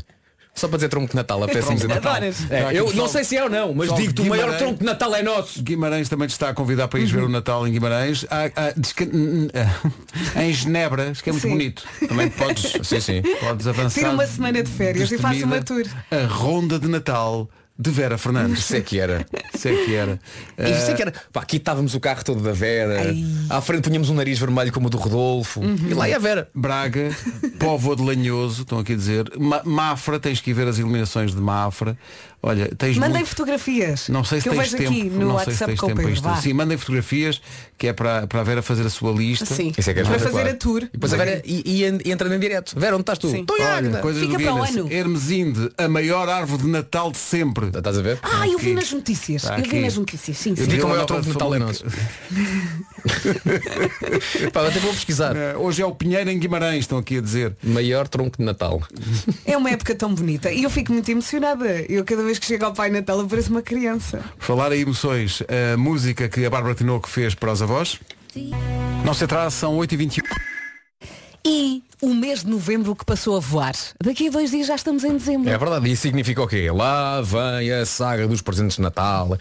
Speaker 2: Só para dizer tronco de Natal, até assim dizer Natal.
Speaker 3: Adoras.
Speaker 2: É,
Speaker 1: Há aqui
Speaker 2: eu
Speaker 1: pessoal-
Speaker 2: não sei se é ou não, mas
Speaker 1: pessoal
Speaker 2: digo-te o
Speaker 1: de
Speaker 2: maior
Speaker 1: Guimarães.
Speaker 2: tronco de Natal é nosso.
Speaker 1: Guimarães também te está a convidar para ir
Speaker 2: Uhum.
Speaker 1: ver o Natal em Guimarães. Há- há- diz que, hum, hum, ah, em Genebra, acho que é muito
Speaker 3: Sim.
Speaker 1: bonito. Também podes,
Speaker 2: Sim, sim.
Speaker 1: podes avançar.
Speaker 3: Tiro uma semana de férias e faço
Speaker 1: destemida.
Speaker 3: uma tour.
Speaker 1: A ronda de Natal de Vera Fernandes. é.
Speaker 2: Sei que era.
Speaker 1: Sei que era.
Speaker 2: E sei que era. Pá, aqui estávamos o carro todo da Vera. À frente punhamos um nariz vermelho como o do Rodolfo. E lá ia a Vera.
Speaker 1: Braga, Povo de Lanhoso, estão aqui a dizer. Ma Mafra, tens que ir ver as iluminações de Mafra. Olha, tens
Speaker 3: Mandem
Speaker 1: muito...
Speaker 3: fotografias.
Speaker 1: Não sei se
Speaker 3: que eu
Speaker 1: tens
Speaker 3: vejo
Speaker 1: tempo.
Speaker 3: aqui no
Speaker 1: não sei se
Speaker 3: WhatsApp
Speaker 1: tens
Speaker 3: com o
Speaker 1: tempo para
Speaker 3: Pedro.
Speaker 1: isto.
Speaker 3: Vá.
Speaker 1: Sim, mandem fotografias, que é para, para a Vera fazer a sua lista.
Speaker 3: Sim.
Speaker 2: Isso é que é
Speaker 3: Para
Speaker 2: espetacular.
Speaker 3: fazer a tour.
Speaker 2: E depois a Vera e, e en- entra em direto. Vera, onde estás tu?
Speaker 3: Sim.
Speaker 2: Estou em
Speaker 1: Olha,
Speaker 2: Águeda.
Speaker 1: coisas
Speaker 3: Fica
Speaker 1: do
Speaker 3: para o
Speaker 1: Guinness.
Speaker 3: ano.
Speaker 1: Hermesinde, a maior árvore de Natal de sempre.
Speaker 2: Estás a ver?
Speaker 3: Ah, eu vi
Speaker 1: aqui.
Speaker 3: nas notícias.
Speaker 1: Está
Speaker 3: Eu vi
Speaker 1: aqui.
Speaker 3: nas notícias. Sim,
Speaker 2: Eu
Speaker 3: sim.
Speaker 2: vi
Speaker 1: Vila
Speaker 2: como é o
Speaker 1: Nova
Speaker 2: tronco de
Speaker 1: de
Speaker 2: Natal é nosso.
Speaker 1: Famalicão.
Speaker 2: Pá, até vou pesquisar.
Speaker 1: Eh, Hoje é o Pinheiro em Guimarães, estão aqui a dizer.
Speaker 2: Maior tronco de Natal.
Speaker 3: É uma época tão bonita. E eu fico muito emocionada. Eu cada vez que chego ao Pai Natal eu pareço uma criança.
Speaker 1: Por Falar em emoções, a música que a Bárbara Tinoco fez para os avós. Não se atrasa, são 8h21.
Speaker 3: E o mês de novembro que passou a voar. Daqui a dois dias já estamos em dezembro.
Speaker 2: É verdade, e significa o quê? Lá vem a saga dos presentes de Natal,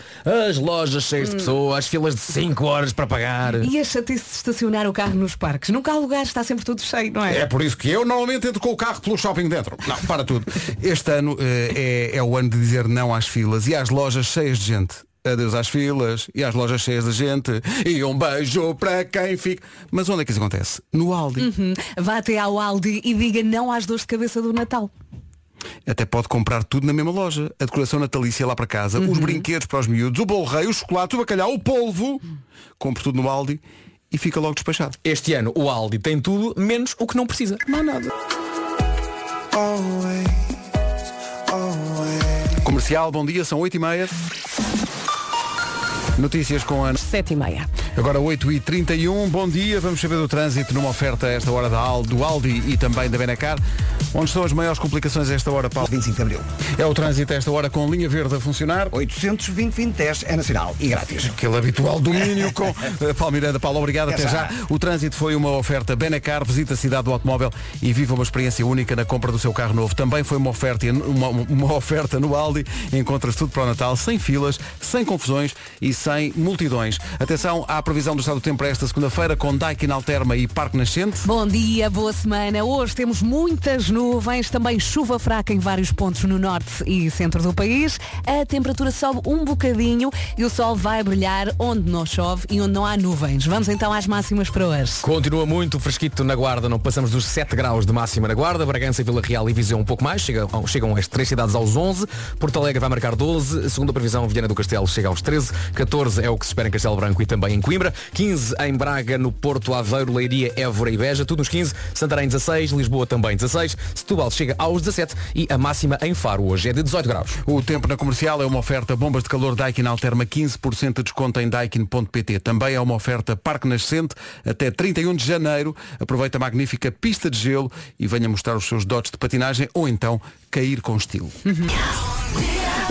Speaker 2: as lojas cheias de pessoas, filas de 5 horas para pagar.
Speaker 3: E a chatice de estacionar o carro nos parques. Nunca há lugar, está sempre tudo cheio, não é?
Speaker 1: É por isso que eu normalmente entro com o carro pelo shopping dentro. Não, para tudo. Este ano eh, é, é o ano de dizer não às filas e às lojas cheias de gente. Adeus às filas e às lojas cheias de gente e um beijo para quem fica. Mas onde é que isso acontece? No Aldi.
Speaker 3: Uhum. Hum, Vá até ao Aldi e diga não às dores de cabeça do Natal.
Speaker 1: Até pode comprar tudo na mesma loja. A decoração natalícia lá para casa, os brinquedos para os miúdos, o bolo rei, o chocolate, o bacalhau, o polvo. Compre tudo no Aldi e fica logo despachado.
Speaker 2: Este ano o Aldi tem tudo, menos o que não precisa.
Speaker 1: Não há nada. Comercial, bom dia, são 8h30. Notícias com a Ana.
Speaker 3: Sete e meia.
Speaker 1: Agora 8h31, bom dia. Vamos saber do trânsito numa oferta a esta hora da Al, do Aldi e também da Benacar. Onde estão as maiores complicações a esta hora, Paulo?
Speaker 5: 25 de Abril.
Speaker 1: É o trânsito a esta hora com linha verde a funcionar.
Speaker 5: 820 é nacional e grátis.
Speaker 1: Aquele habitual domínio com eh, Paulo Miranda. Paulo, obrigado. Até
Speaker 5: Até
Speaker 1: já.
Speaker 5: já.
Speaker 1: O trânsito foi uma oferta Benacar. Visita a cidade do automóvel e viva uma experiência única na compra do seu carro novo. Também foi uma oferta, uma, uma oferta no Aldi. Encontras tudo para o Natal, sem filas, sem confusões e sem multidões. Atenção à previsão do estado do tempo para esta segunda-feira com Daikin Alterma e Parque Nascente.
Speaker 3: Bom dia, boa semana. Hoje temos muitas nuvens, também chuva fraca em vários pontos no norte e centro do país. A temperatura sobe um bocadinho e o sol vai brilhar onde não chove e onde não há nuvens. Vamos então às máximas para hoje.
Speaker 2: Continua muito fresquito na Guarda, não passamos dos 7 graus de máxima na Guarda, Bragança, Vila Real e Viseu um pouco mais, chegam, chegam as três cidades aos 11, Porto Alegre vai marcar 12, segundo a previsão, Viana do Castelo chega aos 13, 14 é o que se espera em Castelo Branco e também em Coimbra, 15 em Braga, no Porto, Aveiro, Leiria, Évora e Beja, tudo nos 15, Santarém 16, Lisboa também 16, Setúbal chega aos 17 e a máxima em Faro hoje é de 18 graus.
Speaker 1: O tempo na comercial é uma oferta bombas de calor Daikin Alterma 15% de desconto em daikin.pt. Também é uma oferta Parque Nascente até 31 de janeiro. Aproveita a magnífica pista de gelo e venha mostrar os seus dotes de patinagem ou então cair com estilo.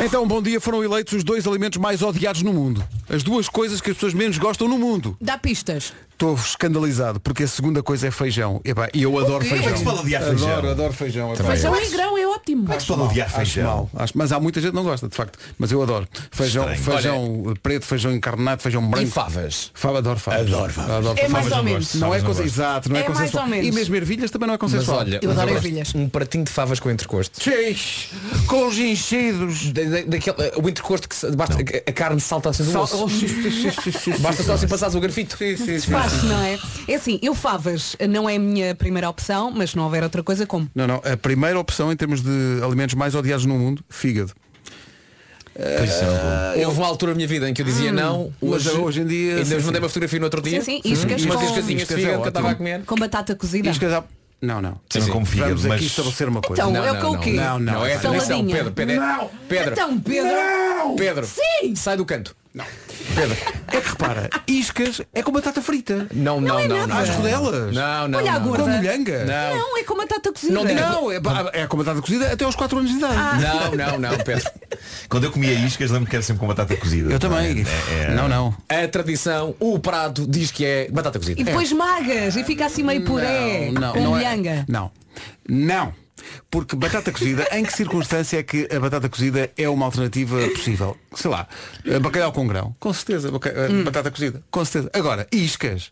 Speaker 1: Então, bom dia, foram eleitos os dois alimentos mais odiados no mundo. As duas coisas que as pessoas menos gostam no mundo.
Speaker 3: Dá pistas.
Speaker 1: Estou escandalizado porque a segunda coisa é feijão. Epá, e eu adoro feijão.
Speaker 6: Como é que se pode odiar feijão?
Speaker 1: Adoro, adoro feijão.
Speaker 2: Ah,
Speaker 1: epá.
Speaker 3: Feijão em grão é ótimo.
Speaker 6: Mas pode odiar
Speaker 1: Acho
Speaker 6: feijão.
Speaker 1: mal. Acho- mas há muita gente que não gosta, de facto. Mas eu adoro. Feijão,
Speaker 6: Estranho.
Speaker 1: feijão preto, feijão encarnado, feijão branco.
Speaker 2: E favas?
Speaker 1: Fava, adoro favas.
Speaker 6: Adoro favas.
Speaker 3: É mais ou
Speaker 6: não
Speaker 3: menos.
Speaker 6: gosto,
Speaker 1: Não é
Speaker 6: favas
Speaker 1: coisa
Speaker 6: gosto.
Speaker 1: exato, não é,
Speaker 3: É mais
Speaker 1: consensual.
Speaker 3: ou menos.
Speaker 1: E mesmo ervilhas também não é
Speaker 2: Mas
Speaker 1: consensual.
Speaker 2: olha,
Speaker 3: Eu
Speaker 2: mas
Speaker 3: adoro
Speaker 2: gosto.
Speaker 3: ervilhas.
Speaker 2: um pratinho de favas com entrecosto.
Speaker 1: Cheios, com os enchidos.
Speaker 2: Da- da- daquele, eh, o entrecosto que se- basta, a, a carne salta assim do
Speaker 1: Sal-
Speaker 2: osso.
Speaker 1: Oh, xis, xis, xis, xis,
Speaker 2: Basta
Speaker 1: xis.
Speaker 2: só assim passares o grafito.
Speaker 3: Fácil, não é? É assim, eu favas não é a minha primeira opção, mas se não houver outra coisa, como?
Speaker 1: Não, não. A primeira opção em termos de alimentos mais odiados no mundo, fígado.
Speaker 3: Ah,
Speaker 2: Houve uma altura da minha vida em que eu dizia não,
Speaker 1: mas
Speaker 2: hoje,
Speaker 1: hoje em dia,
Speaker 2: Ainda
Speaker 1: sim,
Speaker 2: vos mandei
Speaker 1: sim.
Speaker 2: uma fotografia no outro dia.
Speaker 3: Hum.
Speaker 2: Hum.
Speaker 3: Sim, sim, iscas
Speaker 2: Umas
Speaker 3: com-
Speaker 2: iscasinhas de
Speaker 1: Iscas é
Speaker 2: fígado que eu estava a
Speaker 1: ótimo.
Speaker 2: comer.
Speaker 3: Com batata cozida?
Speaker 1: Iscas à- Não, não.
Speaker 6: Sim, não como fígado,
Speaker 1: Vamos aqui
Speaker 6: mas-
Speaker 1: estabelecer uma coisa.
Speaker 3: Então,
Speaker 1: Não.
Speaker 3: é o que o quê?
Speaker 1: Não, não,
Speaker 2: é atenção,
Speaker 3: Saladinha.
Speaker 2: Pedro, Pedro, é- Pedro,
Speaker 3: Então, Pedro.
Speaker 2: Pedro,
Speaker 3: Sim.
Speaker 2: sai do canto.
Speaker 1: Pedro, é que repara, iscas é com batata frita.
Speaker 2: Não, não,
Speaker 3: é
Speaker 2: não.
Speaker 3: nada.
Speaker 2: não.
Speaker 1: Às rodelas.
Speaker 2: Não, não.
Speaker 3: Olha a
Speaker 2: não.
Speaker 1: Com
Speaker 3: gorda.
Speaker 1: a molhanga.
Speaker 2: Não.
Speaker 3: Não, é com batata cozida.
Speaker 2: Não diga-
Speaker 1: Não, é, pá, é a comandada cozida até aos 4 anos de idade.
Speaker 2: Não, não, não, Pedro.
Speaker 6: Quando eu comia iscas, lembro-me que era sempre com batata cozida.
Speaker 1: Eu também.
Speaker 6: Não é? É- é-
Speaker 1: Não, não.
Speaker 2: A tradição, o prato diz que é batata
Speaker 3: E
Speaker 2: cozida.
Speaker 3: depois magas e fica assim meio puré.
Speaker 1: não,
Speaker 3: com
Speaker 1: não
Speaker 3: molhanga.
Speaker 1: É, não. Não. Porque batata cozida, em que circunstância é que a batata cozida é uma alternativa possível? Sei lá, eh, bacalhau com grão, com certeza, baca- eh, batata cozida, com certeza. Agora, iscas.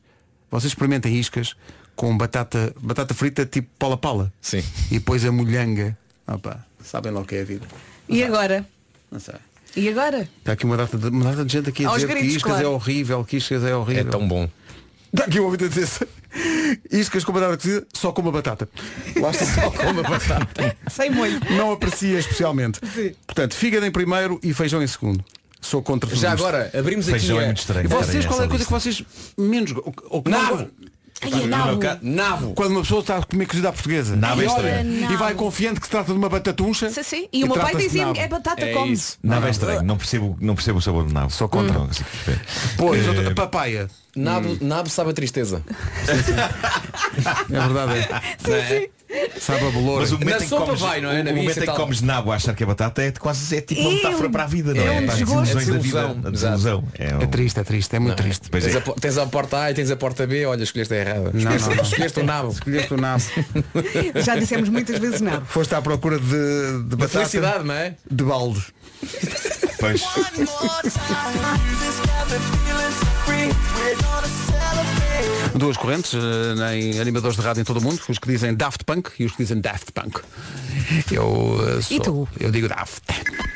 Speaker 1: Vocês experimentem iscas com batata, batata frita tipo pala-pala.
Speaker 2: Sim.
Speaker 1: E depois a molhanga. Opa, sabem lá o que é a vida.
Speaker 3: E agora?
Speaker 1: Não sei.
Speaker 3: E agora?
Speaker 1: Está Tá aqui uma data de, uma data de gente aqui a
Speaker 3: Aos
Speaker 1: dizer que
Speaker 3: gritos,
Speaker 1: iscas
Speaker 3: claro.
Speaker 1: é horrível, que iscas é
Speaker 2: É
Speaker 1: horrível.
Speaker 2: tão bom.
Speaker 1: Está aqui um ouvinte a dizer iscas com batata cozida, só com uma batata. Lá está só com uma batata.
Speaker 3: Sem molho.
Speaker 1: Não aprecia especialmente.
Speaker 3: Sim.
Speaker 1: Portanto, fígado em primeiro e feijão em segundo. Sou contra tudo
Speaker 2: Já
Speaker 1: isto.
Speaker 2: agora, abrimos aqui.
Speaker 6: Feijão
Speaker 2: a-
Speaker 6: é muito estranho.
Speaker 1: Vocês,
Speaker 6: Estranho
Speaker 1: qual é a coisa
Speaker 6: essa
Speaker 1: que
Speaker 6: lista.
Speaker 1: vocês menos go- ou- ou que não
Speaker 2: Nabo!
Speaker 1: go-
Speaker 3: é
Speaker 6: No meu caso-
Speaker 2: Nabo!
Speaker 1: Quando uma pessoa está a comer cozida à portuguesa
Speaker 6: Nabo
Speaker 1: e,
Speaker 6: é
Speaker 1: olha,
Speaker 6: estranho.
Speaker 1: e vai confiante que se trata de uma batatuncha
Speaker 3: Sim, sim. E o meu pai
Speaker 1: trata-se de
Speaker 3: dizia
Speaker 1: nabo.
Speaker 3: é batata
Speaker 2: É
Speaker 3: come.
Speaker 2: isso.
Speaker 6: Nabo é estranho, não percebo, não percebo o sabor de nabo. Hum. Só contra. Não, consigo perceber.
Speaker 1: Pois, outra, papaya Hum.
Speaker 2: Nabo, nabo sabe a tristeza.
Speaker 1: É verdade é. Sabe a bolor
Speaker 6: Mas o momento, em que,
Speaker 2: sopa
Speaker 6: comes,
Speaker 2: vai, não é?
Speaker 6: o
Speaker 2: Na
Speaker 6: momento
Speaker 2: bicha
Speaker 6: em
Speaker 2: e
Speaker 6: que
Speaker 2: tal.
Speaker 6: comes nabo a achar que é batata é quase é tipo uma
Speaker 3: É
Speaker 6: metáfora
Speaker 3: um-
Speaker 6: para a vida, não
Speaker 3: é
Speaker 6: é?
Speaker 3: um
Speaker 6: para as
Speaker 3: desgosto.
Speaker 6: desilusões da vida.
Speaker 2: Desilusão,
Speaker 6: A desilusão. É, um-
Speaker 1: É triste, é triste, é muito triste
Speaker 6: Pois
Speaker 2: Tens,
Speaker 6: é.
Speaker 2: a, po- tens a porta A e tens a porta B, olha, escolheste a errada.
Speaker 1: não,
Speaker 2: escolheste,
Speaker 1: não.
Speaker 2: escolheste o nabo.
Speaker 1: Escolheste o nabo
Speaker 3: Já dissemos muitas vezes nabo.
Speaker 1: Foste à procura de, de
Speaker 2: Da
Speaker 1: batata
Speaker 2: felicidade, não é?
Speaker 1: De balde
Speaker 6: Pois.
Speaker 1: Duas correntes eh, em animadores de rádio em todo o mundo Os que dizem Daft Punk e os que dizem Daft Punk Eu eh, sou-
Speaker 3: E tu?
Speaker 1: Eu digo Daft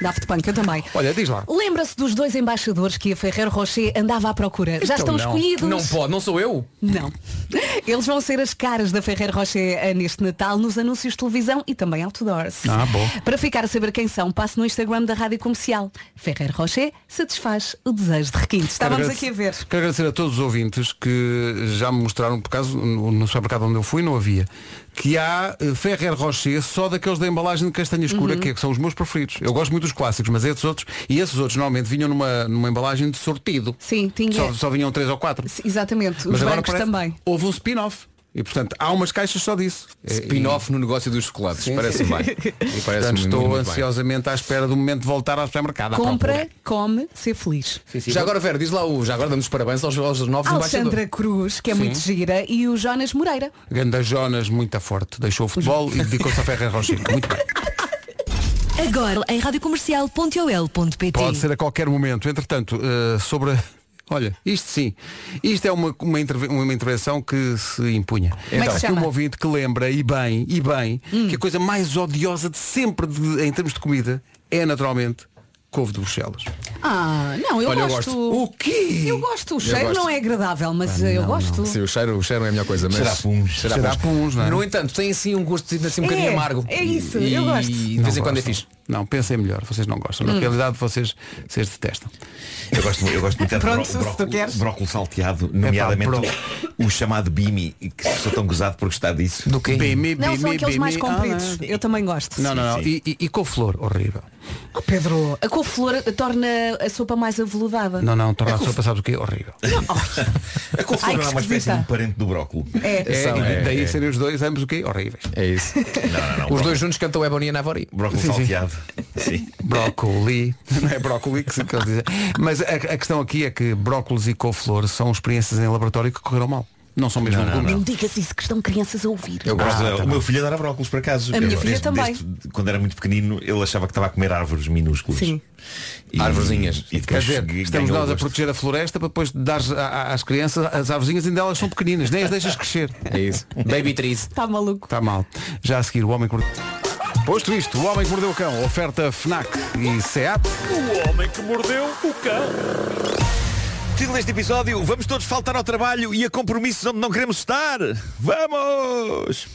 Speaker 3: Daft Punk, eu também.
Speaker 1: Olha, diz lá
Speaker 3: Lembra-se dos dois embaixadores que a Ferreiro Rocher andava à procura. Já
Speaker 1: Então
Speaker 3: estão
Speaker 1: não.
Speaker 3: escolhidos?
Speaker 2: Não pode, não sou eu?
Speaker 3: Não. Eles vão ser as caras da Ferrer Rocher eh, neste Natal nos anúncios de televisão e também outdoors.
Speaker 1: Ah, bom.
Speaker 3: Para ficar a saber quem são, passe no Instagram da Rádio Comercial. Ferrer Rocher satisfaz o desejo de requinte. Estávamos aqui a ver.
Speaker 1: Quero agradecer a todos os ouvintes que já me mostraram, por acaso, no no supermercado onde eu fui, não havia, que há eh, Ferrer Rocher só daqueles da embalagem de castanha escura,
Speaker 3: Uhum.
Speaker 1: que, é que são os meus preferidos. Eu gosto muito dos clássicos, mas esses outros, e esses outros normalmente vinham numa, numa embalagem de sortido.
Speaker 3: Sim, tinha.
Speaker 1: Só, só vinham três ou quatro.
Speaker 3: S- Exatamente. Os
Speaker 1: mas agora
Speaker 3: brancos
Speaker 1: parece-
Speaker 3: também.
Speaker 1: houve um spin-off. E portanto, há umas caixas só disso. É,
Speaker 2: Spin-off no negócio dos chocolates. Parece-me bem.
Speaker 1: Portanto,
Speaker 2: Parece-me muito,
Speaker 1: estou
Speaker 2: muito bem.
Speaker 1: ansiosamente à espera do momento de voltar ao supermercado. à
Speaker 3: Compra,
Speaker 1: procura.
Speaker 3: come, ser feliz.
Speaker 2: Já agora, Vera, diz lá o. Já agora damos parabéns aos, aos novos embaixadores.
Speaker 3: Alexandra Cruz, que é muito gira, e o Jonas Moreira.
Speaker 1: Ganda Jonas, muito forte. Deixou o futebol e dedicou-se a Ferrer Rocher. Muito bem.
Speaker 7: Agora em radiocomercial.ol.pt
Speaker 1: Pode ser a qualquer momento. Entretanto, eh, sobre. a- Olha, isto sim. Isto é uma, uma, interve- uma intervenção que se impunha.
Speaker 3: é que se
Speaker 1: Aqui
Speaker 3: chama? Hum.
Speaker 1: um ouvinte que lembra, e bem, e bem, que a coisa mais odiosa de sempre de- em termos de comida é naturalmente couve de Bruxelas.
Speaker 3: Ah, não, eu
Speaker 2: Olha, eu
Speaker 3: gosto.
Speaker 2: gosto.
Speaker 1: O quê?
Speaker 3: Eu gosto, o cheiro
Speaker 2: gosto.
Speaker 3: não é agradável, mas eh, eu gosto.
Speaker 2: Sim, o cheiro, o cheiro é a melhor coisa, mas.
Speaker 6: Cheira a puns.
Speaker 2: Cheira a
Speaker 1: Cheira a puns, não é?
Speaker 2: No entanto, tem assim um gosto assim um
Speaker 3: É,
Speaker 2: bocadinho amargo.
Speaker 3: é isso,
Speaker 2: E-
Speaker 3: eu gosto.
Speaker 2: E de
Speaker 1: Não
Speaker 2: vez em quando é
Speaker 1: gostam.
Speaker 2: fixe.
Speaker 1: Não, pensem melhor, vocês não gostam.
Speaker 3: Hum.
Speaker 1: Na realidade vocês, vocês detestam.
Speaker 6: Eu gosto, eu gosto muito de
Speaker 3: Pronto,
Speaker 6: bró-
Speaker 3: se
Speaker 6: bró-
Speaker 3: tu queres.
Speaker 6: brócolis salteado, nomeadamente
Speaker 1: bró-
Speaker 6: o, o chamado bimi, que sou tão gozado por gostar disso.
Speaker 2: Do quê?
Speaker 1: Bimi,
Speaker 3: Não, são
Speaker 1: bimi,
Speaker 3: aqueles mais
Speaker 1: bimi.
Speaker 3: compridos.
Speaker 1: Ah,
Speaker 3: Eu também gosto.
Speaker 1: não, não, não.
Speaker 6: Sim,
Speaker 1: E, e, e couve-flor, horrível.
Speaker 3: Oh, Pedro, a couve-flor torna a sopa mais aveludada. Oh,
Speaker 1: Não, não, torna a sopa, sabes o quê? Horrível.
Speaker 6: A
Speaker 3: Ai,
Speaker 6: couve-flor
Speaker 3: que
Speaker 6: não é uma espécie de
Speaker 3: esquisita.
Speaker 6: um parente do brócolo.
Speaker 3: É.
Speaker 1: É,
Speaker 2: São, é,
Speaker 1: daí
Speaker 2: é.
Speaker 1: serem os dois, ambos o quê? Horríveis.
Speaker 2: É isso.
Speaker 6: Não, não, não.
Speaker 2: Os dois juntos cantam Ebony e Navori.
Speaker 6: Brócolis
Speaker 1: Sim, sim.
Speaker 6: salteado. Sim.
Speaker 1: Brócoli, não é brócoli que se que eles dizem. Mas a, a questão aqui é que brócolis e couve-flor são experiências em laboratório que correram mal. Não são mesmo legumes.
Speaker 3: Não digas isso, que estão crianças a ouvir.
Speaker 2: Eu
Speaker 6: Mas,
Speaker 2: gosto.
Speaker 6: uh, o meu filho adora brócolis por acaso.
Speaker 3: A
Speaker 6: Eu,
Speaker 3: minha filha
Speaker 6: desde-
Speaker 3: também.
Speaker 6: desde- quando era muito pequenino, ele achava que estava a comer árvores minúsculas.
Speaker 3: Sim.
Speaker 6: E-
Speaker 2: Árvorezinhas.
Speaker 1: Quer
Speaker 6: E depois
Speaker 1: dizer,
Speaker 6: ganhou
Speaker 1: estamos
Speaker 6: o
Speaker 1: nós a
Speaker 6: gosto.
Speaker 1: proteger a floresta para depois dar às crianças, as árvorezinhas ainda elas são pequeninas, nem as deixas crescer.
Speaker 2: É isso. Baby Trees.
Speaker 3: Está maluco.
Speaker 1: Está mal. Já a seguir, o homem que mordeu. Posto isto, o homem que mordeu o cão, oferta FNAC e SEAT.
Speaker 6: Título deste episódio, vamos todos faltar ao trabalho e a compromissos onde não queremos estar. Vamos!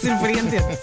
Speaker 3: Surpreendente.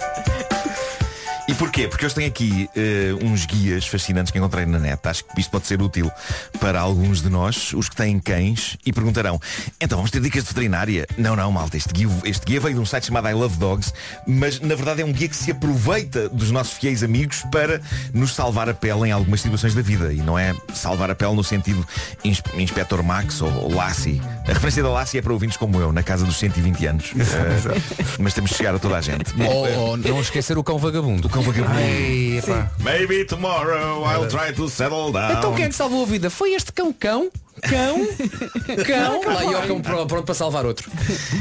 Speaker 6: E porquê? Porque hoje tenho aqui eh, uns guias fascinantes que encontrei na net. Acho que isto pode ser útil para alguns de nós, os que têm cães, e perguntarão, então vamos ter dicas de veterinária? Não, não, malta, este guia, este guia veio de um site chamado I Love Dogs, mas na verdade é um guia que se aproveita dos nossos fiéis amigos para nos salvar a pele em algumas situações da vida. E não é salvar a pele no sentido ins- Inspector Max ou Lassie. A referência da Lassie é para ouvintes como eu, na casa dos 120 anos. Eh, mas temos de chegar a toda a gente.
Speaker 2: Ou, ou não esquecer o cão vagabundo.
Speaker 6: O cão vagabundo.
Speaker 1: Ei, epá.
Speaker 6: Maybe tomorrow I'll try to settle down.
Speaker 2: Então quem é que salvou a vida? Foi este cão cão? Cão? Cão? Lá e ao cão pro- pronto para salvar outro.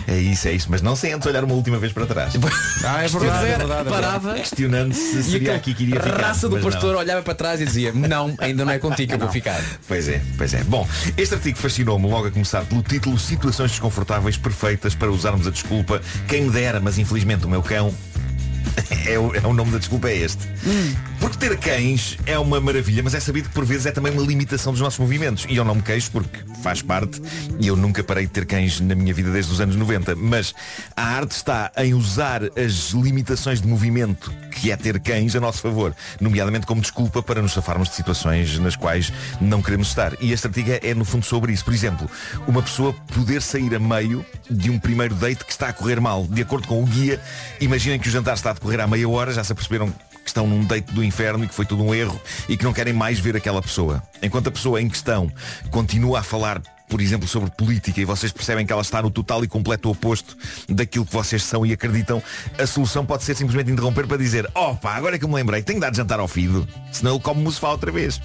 Speaker 6: É isso, é isso, mas não sem antes olhar uma última vez para trás.
Speaker 1: Ah, é verdade, é
Speaker 2: Quer dizer,
Speaker 1: verdade. é verdade.
Speaker 2: parava.
Speaker 6: Questionando se
Speaker 2: E
Speaker 6: seria
Speaker 2: a
Speaker 6: aqui que iria ficar.
Speaker 2: raça do
Speaker 6: mas
Speaker 2: pastor
Speaker 6: não.
Speaker 2: olhava para trás e dizia Não, ainda não é contigo que eu vou ficar
Speaker 6: Pois é, pois é. Bom, este artigo fascinou-me logo a começar pelo título Situações desconfortáveis perfeitas para usarmos a desculpa. Quem me dera, mas infelizmente o meu cão é o, é o nome da desculpa é este. Porque Ter cães é uma maravilha, mas é sabido que por vezes é também uma limitação dos nossos movimentos. E eu não me queixo porque faz parte e eu nunca parei de ter cães na minha vida desde os anos 90. Mas a arte está em usar as limitações de movimento que é ter cães a nosso favor, nomeadamente como desculpa para nos safarmos de situações nas quais não queremos estar. E este artigo é, é, no fundo sobre isso. Por exemplo, uma pessoa poder sair a meio de um primeiro date que está a correr mal. De acordo com o guia, imaginem que o jantar está a decorrer há meia hora, já se aperceberam que estão num date do inferno e que foi tudo um erro e que não querem mais ver aquela pessoa. Enquanto a pessoa em questão continua a falar, por exemplo, sobre política e vocês percebem que ela está no total e completo oposto daquilo que vocês são e acreditam, a solução pode ser simplesmente interromper para dizer opa, agora é que eu me lembrei, tenho de dar de jantar ao Fido, senão ele come musfá outra vez.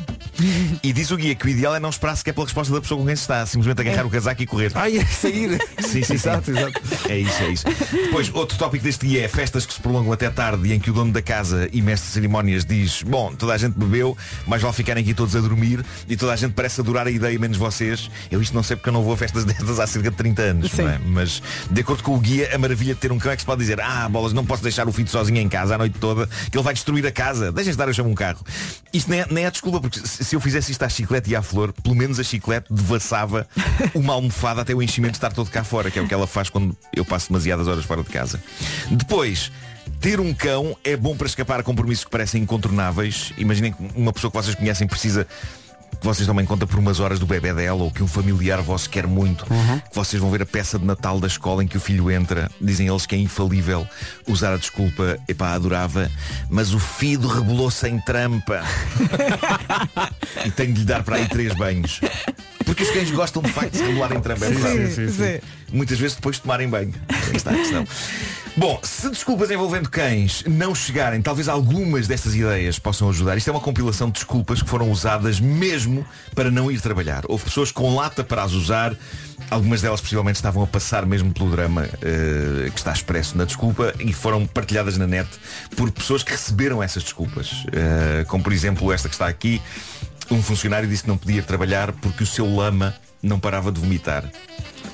Speaker 6: e diz o guia que o ideal é não esperar sequer pela resposta da pessoa com quem se está, simplesmente agarrar o casaco e correr.
Speaker 1: Ai, é sair.
Speaker 6: Sim, sim,
Speaker 1: exato,
Speaker 6: sim.
Speaker 1: exato.
Speaker 6: É isso, é isso. Depois, outro tópico deste guia é festas que se prolongam até tarde e em que o dono da casa e mestre de cerimónias diz Bom, toda a gente bebeu, mas vão ficarem aqui todos a dormir e toda a gente parece adorar a ideia, menos vocês. Eu isto não sei porque eu não vou a festas destas há cerca de 30 anos, não é? Mas, de acordo com o guia, a maravilha de ter um cão é que se pode dizer Ah, bolas, não posso deixar o filho sozinho em casa a noite toda, que ele vai destruir a casa. Deixem estar, eu chamo um carro. Isto nem é, nem é desculpa, porque se se eu fizesse isto à chiclete e à flor, pelo menos a chiclete devassava uma almofada até o enchimento estar todo cá fora, que é o que ela faz quando eu passo demasiadas horas fora de casa. Depois, ter um cão é bom para escapar a compromissos que parecem incontornáveis. Imaginem que uma pessoa que vocês conhecem precisa que vocês tomem conta por umas horas do bebê dela ou que um familiar vosso quer muito, que vocês vão ver a peça de Natal da escola em que o filho entra. Dizem eles que é infalível usar a desculpa, epá, adorava, mas o fido rebolou sem trampa e tenho de lhe dar para aí três banhos. Porque os cães gostam de facto de se regular em trampa, é verdade. Muitas vezes depois de tomarem banho. Aí está a questão. Bom, se desculpas envolvendo cães não chegarem, talvez algumas destas ideias possam ajudar. Isto é uma compilação de desculpas que foram usadas mesmo para não ir trabalhar. Houve pessoas com lata para as usar, algumas delas possivelmente estavam a passar mesmo pelo drama eh, que está expresso na desculpa e foram partilhadas na net por pessoas que receberam essas desculpas. Eh, como por exemplo esta que está aqui, um funcionário disse que não podia ir trabalhar porque o seu lama não parava de vomitar.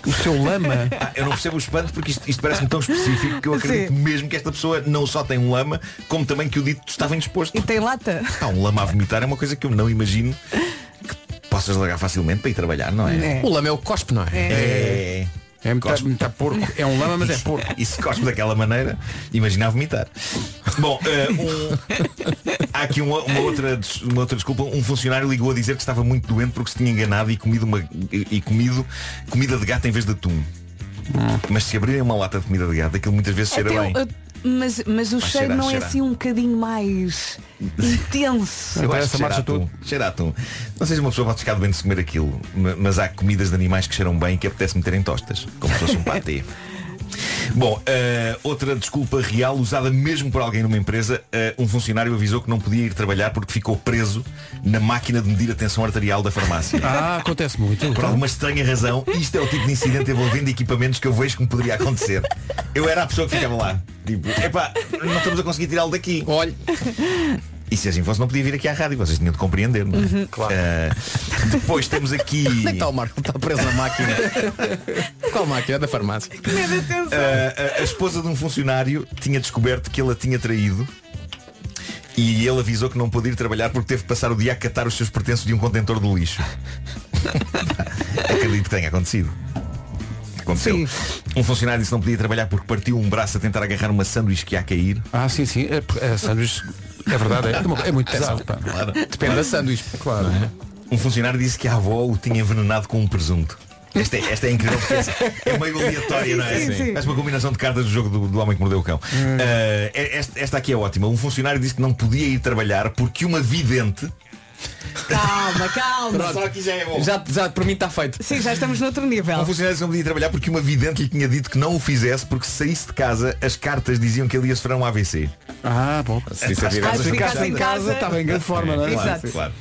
Speaker 1: O seu lama.
Speaker 6: Ah, eu não percebo o espanto porque isto, isto parece-me tão específico que eu acredito mesmo que esta pessoa não só tem um lama, como também que o dito estava indisposto.
Speaker 3: E tem lata?
Speaker 6: Pá, um lama a vomitar é uma coisa que eu não imagino que possas largar facilmente para ir trabalhar, não é?
Speaker 2: O lama é o cospe, não é?
Speaker 6: É.
Speaker 1: É muito,
Speaker 6: Cosme.
Speaker 1: muito porco. É um lama, mas é porco.
Speaker 6: E se cospe daquela maneira, imagina a vomitar. Bom, eh, um- há aqui uma, uma outra, des- uma outra desculpa. Um funcionário ligou a dizer que estava muito doente porque se tinha enganado e comido, uma, e e comido comida de gato em vez de atum. Mas se abrirem uma lata de comida de gato, aquilo muitas vezes cheira
Speaker 3: Até
Speaker 6: bem.
Speaker 3: o- É eu- mas, mas o cheiro
Speaker 6: cheirar,
Speaker 3: não
Speaker 6: cheirar.
Speaker 3: é assim um bocadinho mais intenso.
Speaker 1: Parece
Speaker 6: Eu acho que
Speaker 1: a
Speaker 6: cheira
Speaker 1: marcha
Speaker 6: a atum. Cheira a atum. Não sei se uma pessoa pode ficar doente se comer aquilo, ma- mas há comidas de animais que cheiram bem e que apetece meter em tostas, como se fosse um patê. Bom, eh, outra desculpa real usada mesmo por alguém numa empresa, eh, um funcionário avisou que não podia ir trabalhar porque ficou preso na máquina de medir a tensão arterial da farmácia.
Speaker 1: Ah, acontece muito.
Speaker 6: Por alguma estranha razão, isto é o tipo de incidente envolvendo equipamentos que eu vejo que me poderia acontecer. Eu era a pessoa que ficava lá. Tipo, epá, não estamos a conseguir tirá-lo daqui.
Speaker 2: Olha,
Speaker 6: E se assim fosse, não podia vir aqui à rádio, vocês tinham de compreender, não é? Claro. depois temos aqui.
Speaker 2: nem está o Marco, está preso na máquina. Qual máquina? É Da farmácia.
Speaker 6: ah, a, a esposa de um funcionário tinha descoberto que ele a tinha traído. E ele avisou que não pôde ir trabalhar porque teve de passar o dia a catar os seus pertences de um contentor de lixo. Acredito que tenha acontecido. Aconteceu. Um funcionário disse que não podia trabalhar porque partiu um braço a tentar agarrar uma sanduíche que ia a cair.
Speaker 1: Ah, sim, sim. É, porque, é, sanduíche- é verdade, é, de uma- é muito pesado. pá.
Speaker 6: Claro.
Speaker 2: Depende da sanduíche. é?
Speaker 1: Claro.
Speaker 6: Um funcionário disse que a avó o tinha envenenado com um presunto. Esta é, esta é incrível porque é- é meio aleatória, não é?
Speaker 3: Sim, sim.
Speaker 6: Parece uma combinação de cartas do jogo do, do Homem que Mordeu o Cão. Eh, esta, esta aqui é ótima. Um funcionário disse que não podia ir trabalhar porque uma vidente.
Speaker 3: Calma, calma.
Speaker 6: Só que já é bom.
Speaker 2: Já, já para mim está feito.
Speaker 3: Sim, já estamos noutro nível.
Speaker 6: Um funcionário disse que não podia ir trabalhar porque uma vidente lhe tinha dito que não o fizesse porque se saísse de casa as cartas diziam que ele ia sofrer um AVC.
Speaker 1: Ah, bom.
Speaker 6: As
Speaker 3: Ah,
Speaker 6: cartas
Speaker 3: se
Speaker 6: do
Speaker 3: ficasse em
Speaker 6: caixa-
Speaker 3: casa,
Speaker 6: Tá
Speaker 1: Estava em tá grande forma, não é?
Speaker 6: Claro,
Speaker 3: Exato.
Speaker 6: claro.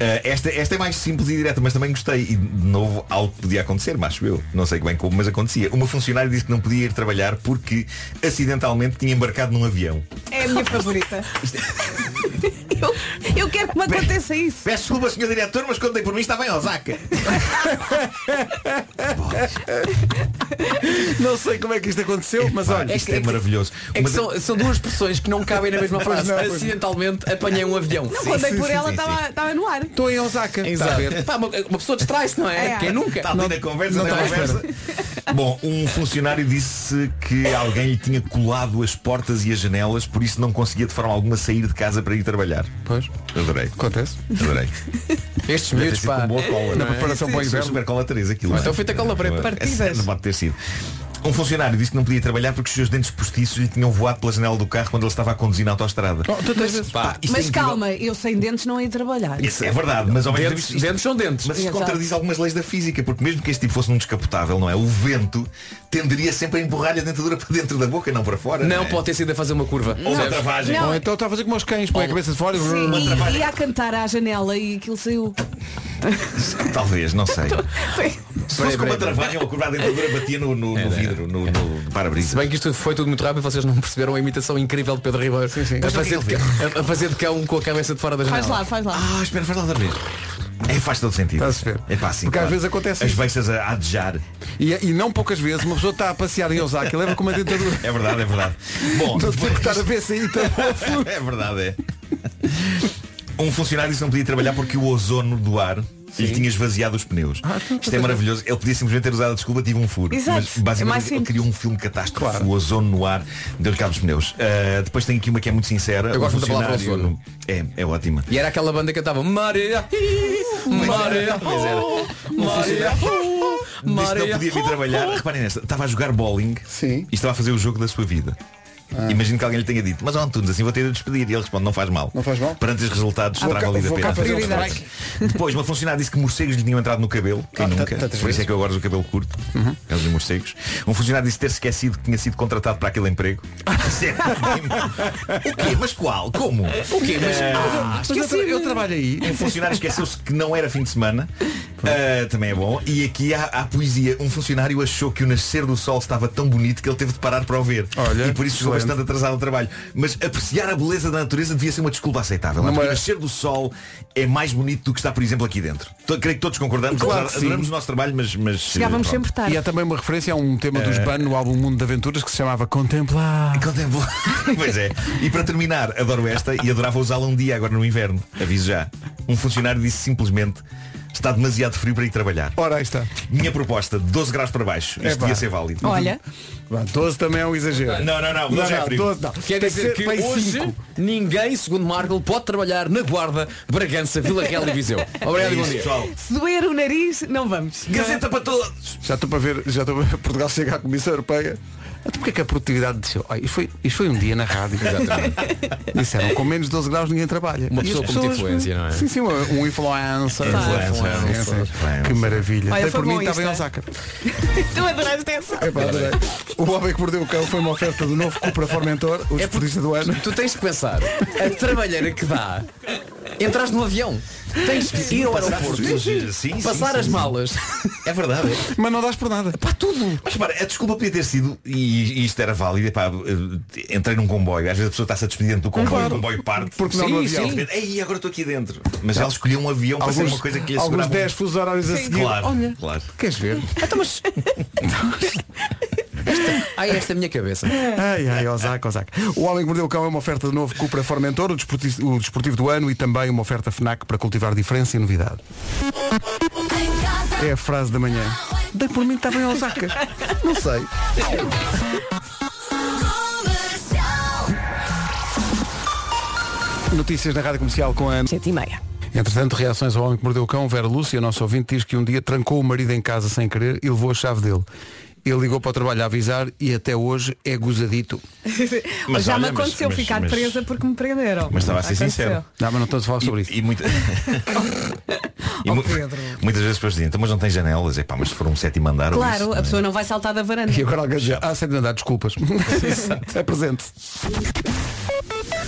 Speaker 6: Eh, esta, esta é mais simples e direta, mas também gostei. E de novo, algo que podia acontecer, mas acho eu. Não sei bem como, é mas acontecia. Uma funcionária disse que não podia ir trabalhar porque acidentalmente tinha embarcado num avião.
Speaker 3: É a minha favorita. eu, eu quero que me aconteça isso.
Speaker 6: Peço desculpa, senhor diretor, mas contem por mim, estava em Osaka.
Speaker 1: Não sei como é que isto aconteceu, mas
Speaker 6: Pá,
Speaker 1: olha.
Speaker 6: isto é, maravilhoso.
Speaker 2: É que
Speaker 6: Uma de-
Speaker 2: são, são duas expressões que não cabem na mesma frase.
Speaker 1: não, pois não.
Speaker 2: Acidentalmente apanhei um avião.
Speaker 3: Não, quando
Speaker 6: sim,
Speaker 3: dei por
Speaker 6: sim,
Speaker 3: ela
Speaker 6: sim,
Speaker 3: estava estava no ar.
Speaker 1: Estou em Osaka. Está a
Speaker 2: Exato.
Speaker 1: ver?
Speaker 2: Pá, uma, uma pessoa distrai-se, não é?
Speaker 3: É.
Speaker 2: Quem nunca?
Speaker 6: Está tá ali na conversa,
Speaker 2: não
Speaker 6: na
Speaker 2: está à
Speaker 6: conversa. Bom, um funcionário disse que alguém lhe tinha colado as portas e as janelas, por isso não conseguia de forma alguma sair de casa para ir trabalhar.
Speaker 1: Pois.
Speaker 6: Adorei.
Speaker 1: Acontece.
Speaker 6: Adorei.
Speaker 2: Estes
Speaker 6: Deve ter
Speaker 2: miúdos,
Speaker 6: sido com
Speaker 2: pá.
Speaker 6: boa cola.
Speaker 1: Na
Speaker 6: não é?
Speaker 1: preparação
Speaker 6: Sim,
Speaker 1: para o
Speaker 6: sim,
Speaker 1: inverno.
Speaker 6: Super cola 3 aquilo. é.
Speaker 2: Então feita cola preta.
Speaker 3: Partidas.
Speaker 6: Não pode ter sido. Um funcionário disse que não podia trabalhar porque os seus dentes postiços lhe tinham voado pela janela do carro quando ele estava a conduzir na autostrada.
Speaker 2: Oh,
Speaker 6: Pá, isto é
Speaker 3: Mas
Speaker 6: incrível.
Speaker 3: calma, eu sem dentes não ia trabalhar.
Speaker 6: Isso é verdade, mas ao menos
Speaker 2: Dentes,
Speaker 6: isto-
Speaker 2: dentes são dentes.
Speaker 6: Mas isto
Speaker 3: Exato.
Speaker 6: contradiz algumas leis da física, porque mesmo que este tipo fosse um descapotável, não é? O vento tenderia sempre a empurrar-lhe a dentadura para dentro da boca, não para fora.
Speaker 2: Não
Speaker 6: é?
Speaker 2: pode ter sido a fazer uma curva.
Speaker 6: Ou uma
Speaker 2: Percebes?
Speaker 6: travagem.
Speaker 3: Não.
Speaker 1: Ou então está a fazer como aos cães, põe a cabeça de fora e...
Speaker 3: Sim, e, e a cantar à janela e aquilo saiu.
Speaker 6: Talvez, não sei. Se fosse com uma travagem ou curva a dentadura batia no, no- no vidro, no, no- no
Speaker 2: Se
Speaker 6: para-brisa.
Speaker 2: bem que isto foi tudo muito rápido, vocês não perceberam a imitação incrível de Pedro Ribeiro A,
Speaker 6: Mas não
Speaker 2: fazer de
Speaker 6: tem que
Speaker 2: cão, a- a fazer de cão com a cabeça de fora da janela.
Speaker 3: Faz lá, faz lá.
Speaker 6: Ah, espera, faz lá outra vez. É, faz todo sentido.
Speaker 1: Estás a ver?
Speaker 6: É pá, sim,
Speaker 1: Porque às vezes acontece
Speaker 6: As
Speaker 1: isso.
Speaker 6: beixas a adejar.
Speaker 1: E, e não poucas vezes uma pessoa está a passear em Osaka e leva com uma dentadura.
Speaker 6: É verdade, é verdade. Bom,
Speaker 1: Não tem
Speaker 6: depois-
Speaker 1: que estar a ver se aí está
Speaker 6: é verdade, é. Um funcionário disse que não podia trabalhar porque o ozono do ar lhe tinha esvaziado os pneus.
Speaker 1: Ah, então
Speaker 6: Isto é maravilhoso. Ele podia simplesmente ter usado a desculpa, tive um furo.
Speaker 3: Exato.
Speaker 6: Mas
Speaker 3: É mais
Speaker 6: basicamente ele
Speaker 3: simples.
Speaker 6: criou um filme catástrofe. O ozono no ar deu-lhe cabo dos pneus. Ah, depois tem aqui uma que é muito sincera.
Speaker 2: Eu
Speaker 6: Um
Speaker 2: gosto muito da palavra
Speaker 6: funcionário- É, é ótima.
Speaker 2: E era aquela banda que cantava Maria, Maria,
Speaker 6: Pois é,
Speaker 2: Maria,
Speaker 6: era. Disse que não
Speaker 2: Maria.
Speaker 6: podia vir trabalhar. Reparem nesta, estava a jogar bowling
Speaker 1: Sim. Ah.
Speaker 6: e estava a fazer o jogo da sua vida. Imagino que alguém lhe tenha dito, mas ó Antunes, assim vou ter de despedir. E ele responde, não faz mal.
Speaker 1: Não faz mal?
Speaker 6: Perante os resultados, terá
Speaker 1: cá-
Speaker 6: valido a
Speaker 1: vou cá
Speaker 6: pena.
Speaker 1: fazer um
Speaker 6: Fazer um Depois, uma funcionária disse que morcegos lhe tinham entrado no cabelo. Quem
Speaker 1: Ah,
Speaker 6: nunca?
Speaker 1: tantas
Speaker 6: Por isso é que eu agora uso o cabelo curto.
Speaker 1: Uhum.
Speaker 6: É os morcegos. Um funcionário disse ter esquecido que tinha sido contratado para aquele emprego. é o quê? Mas qual? Como?
Speaker 2: O quê? Mas, ah,
Speaker 1: Mas eu, tra- eu trabalho aí.
Speaker 6: Um funcionário esqueceu-se que não era fim de semana. Ah, também é bom. E aqui há, há poesia. Um funcionário achou que o nascer do sol estava tão bonito que ele teve de parar para o ver.
Speaker 1: Olha,
Speaker 6: e por isso chegou
Speaker 1: excelente.
Speaker 6: bastante atrasado ao trabalho. Mas apreciar a beleza da natureza devia ser uma desculpa aceitável.
Speaker 1: Não
Speaker 6: Porque
Speaker 1: é?
Speaker 6: o nascer do sol é mais bonito do que está, por exemplo, aqui dentro. To- Creio que todos concordamos.
Speaker 1: Claro
Speaker 6: Apesar-
Speaker 1: que sim.
Speaker 6: adoramos o nosso trabalho, mas. mas
Speaker 3: Chegávamos
Speaker 6: eh,
Speaker 3: sempre
Speaker 6: pronto.
Speaker 3: tarde.
Speaker 1: E há também uma referência a um tema dos Ban no álbum Mundo de Aventuras que se chamava Contemplar.
Speaker 6: Contempla- pois é. E para terminar, adoro esta e adorava usá-la um dia agora no inverno. Aviso já. Um funcionário disse simplesmente está demasiado frio para ir trabalhar.
Speaker 1: Ora, aí está.
Speaker 6: Minha proposta, 12 graus para baixo. Isto
Speaker 1: Epá.
Speaker 6: devia ser válido.
Speaker 3: Olha,
Speaker 1: Vá, 12 também é um exagero.
Speaker 6: Não, não, não, 12 é frio.
Speaker 1: 12 não.
Speaker 2: Quer
Speaker 1: Tem que
Speaker 2: dizer
Speaker 1: ser
Speaker 2: que
Speaker 1: para aí
Speaker 2: hoje
Speaker 1: cinco.
Speaker 2: ninguém, segundo Marco, pode trabalhar na Guarda, Bragança, Vila Real e Viseu. Obrigado
Speaker 6: É
Speaker 2: e bom
Speaker 6: isso,
Speaker 2: dia.
Speaker 6: pessoal.
Speaker 3: se doer o nariz, não vamos.
Speaker 6: Gazeta para todos.
Speaker 1: Já estou para ver, já estou para Portugal chega à Comissão Europeia. Até porque é que a produtividade desceu? Olha, isto, foi, isto foi um dia na rádio. Disseram, com menos 12 graus ninguém trabalha.
Speaker 2: Uma
Speaker 1: E
Speaker 2: pessoa
Speaker 1: as
Speaker 2: com muita
Speaker 1: pessoas-
Speaker 2: influência, não é?
Speaker 1: Sim, sim, um um influencer.
Speaker 6: Influencer,
Speaker 1: Sim, sim.
Speaker 6: influencer.
Speaker 1: Que maravilha.
Speaker 3: Olha,
Speaker 1: Até
Speaker 3: foi
Speaker 1: por mim
Speaker 3: bom
Speaker 1: estava em
Speaker 3: isto, é?
Speaker 1: Osaka.
Speaker 3: Tu adoraste essa?
Speaker 1: Epá, adorei. O Homem que Mordeu o Cão foi uma oferta do novo Cupra Formentor, o esportista do ano.
Speaker 2: Tu tens que pensar, a trabalheira que dá, entras no avião, tens que ir ao aeroporto,
Speaker 6: Sim, sim,
Speaker 2: passar
Speaker 6: sim,
Speaker 2: as
Speaker 6: sim.
Speaker 2: malas,
Speaker 6: É verdade. é.
Speaker 1: Mas não dás por nada.
Speaker 2: pá, tudo.
Speaker 6: Mas para, a desculpa podia ter sido, e, e isto era válido, epá, eh, entrei num comboio, às vezes a pessoa está-se a despedir do comboio, o comboio parte.
Speaker 1: Porque não
Speaker 2: Sim,
Speaker 1: no avião.
Speaker 2: sim.
Speaker 6: Ei, agora estou aqui dentro. Mas ela escolheu um avião para ser
Speaker 1: Alguns,
Speaker 6: uma coisa que lhe
Speaker 1: alguns
Speaker 6: assegurava. um-
Speaker 1: 10 fusos horários a seguir.
Speaker 6: Claro,
Speaker 1: Olha,
Speaker 6: claro.
Speaker 1: queres ver?
Speaker 2: Ai, esta é a minha cabeça.
Speaker 1: Ai, ai, Osaka, Osaka. O Homem que Mordeu o Cão é uma oferta de novo Cupra Formentor, o desportivo, o desportivo do ano e também uma oferta FNAC para cultivar diferença e novidade. É a frase da manhã. Dei por mim que estava em Osaka. Não sei. Notícias na Rádio Comercial com a...
Speaker 3: Sete e meia.
Speaker 1: Entretanto, reações ao homem que mordeu o cão, Vera Lúcia, nosso ouvinte, diz que um dia trancou o marido em casa sem querer e levou a chave dele. Ele ligou para o trabalho a avisar e até hoje é gozadito.
Speaker 6: Mas
Speaker 3: Já me
Speaker 6: olha, mas-
Speaker 3: aconteceu
Speaker 6: mas-
Speaker 3: ficar
Speaker 6: mas-
Speaker 3: presa porque me prenderam.
Speaker 6: Mas estava a ser
Speaker 3: Aconteceu.
Speaker 6: sincero.
Speaker 1: Não, mas não estamos a falar sobre isso.
Speaker 6: E, e muita- E
Speaker 3: Oh,
Speaker 6: mu-
Speaker 3: Pedro.
Speaker 6: Muitas vezes as pessoas dizem, então, mas não tem janelas, é pá, mas se for um sétimo andar ou isso,
Speaker 3: Claro,
Speaker 6: não é?
Speaker 3: a pessoa não vai saltar da varanda.
Speaker 1: E agora alguém diz, ah, sempre andar, desculpas. Apresente.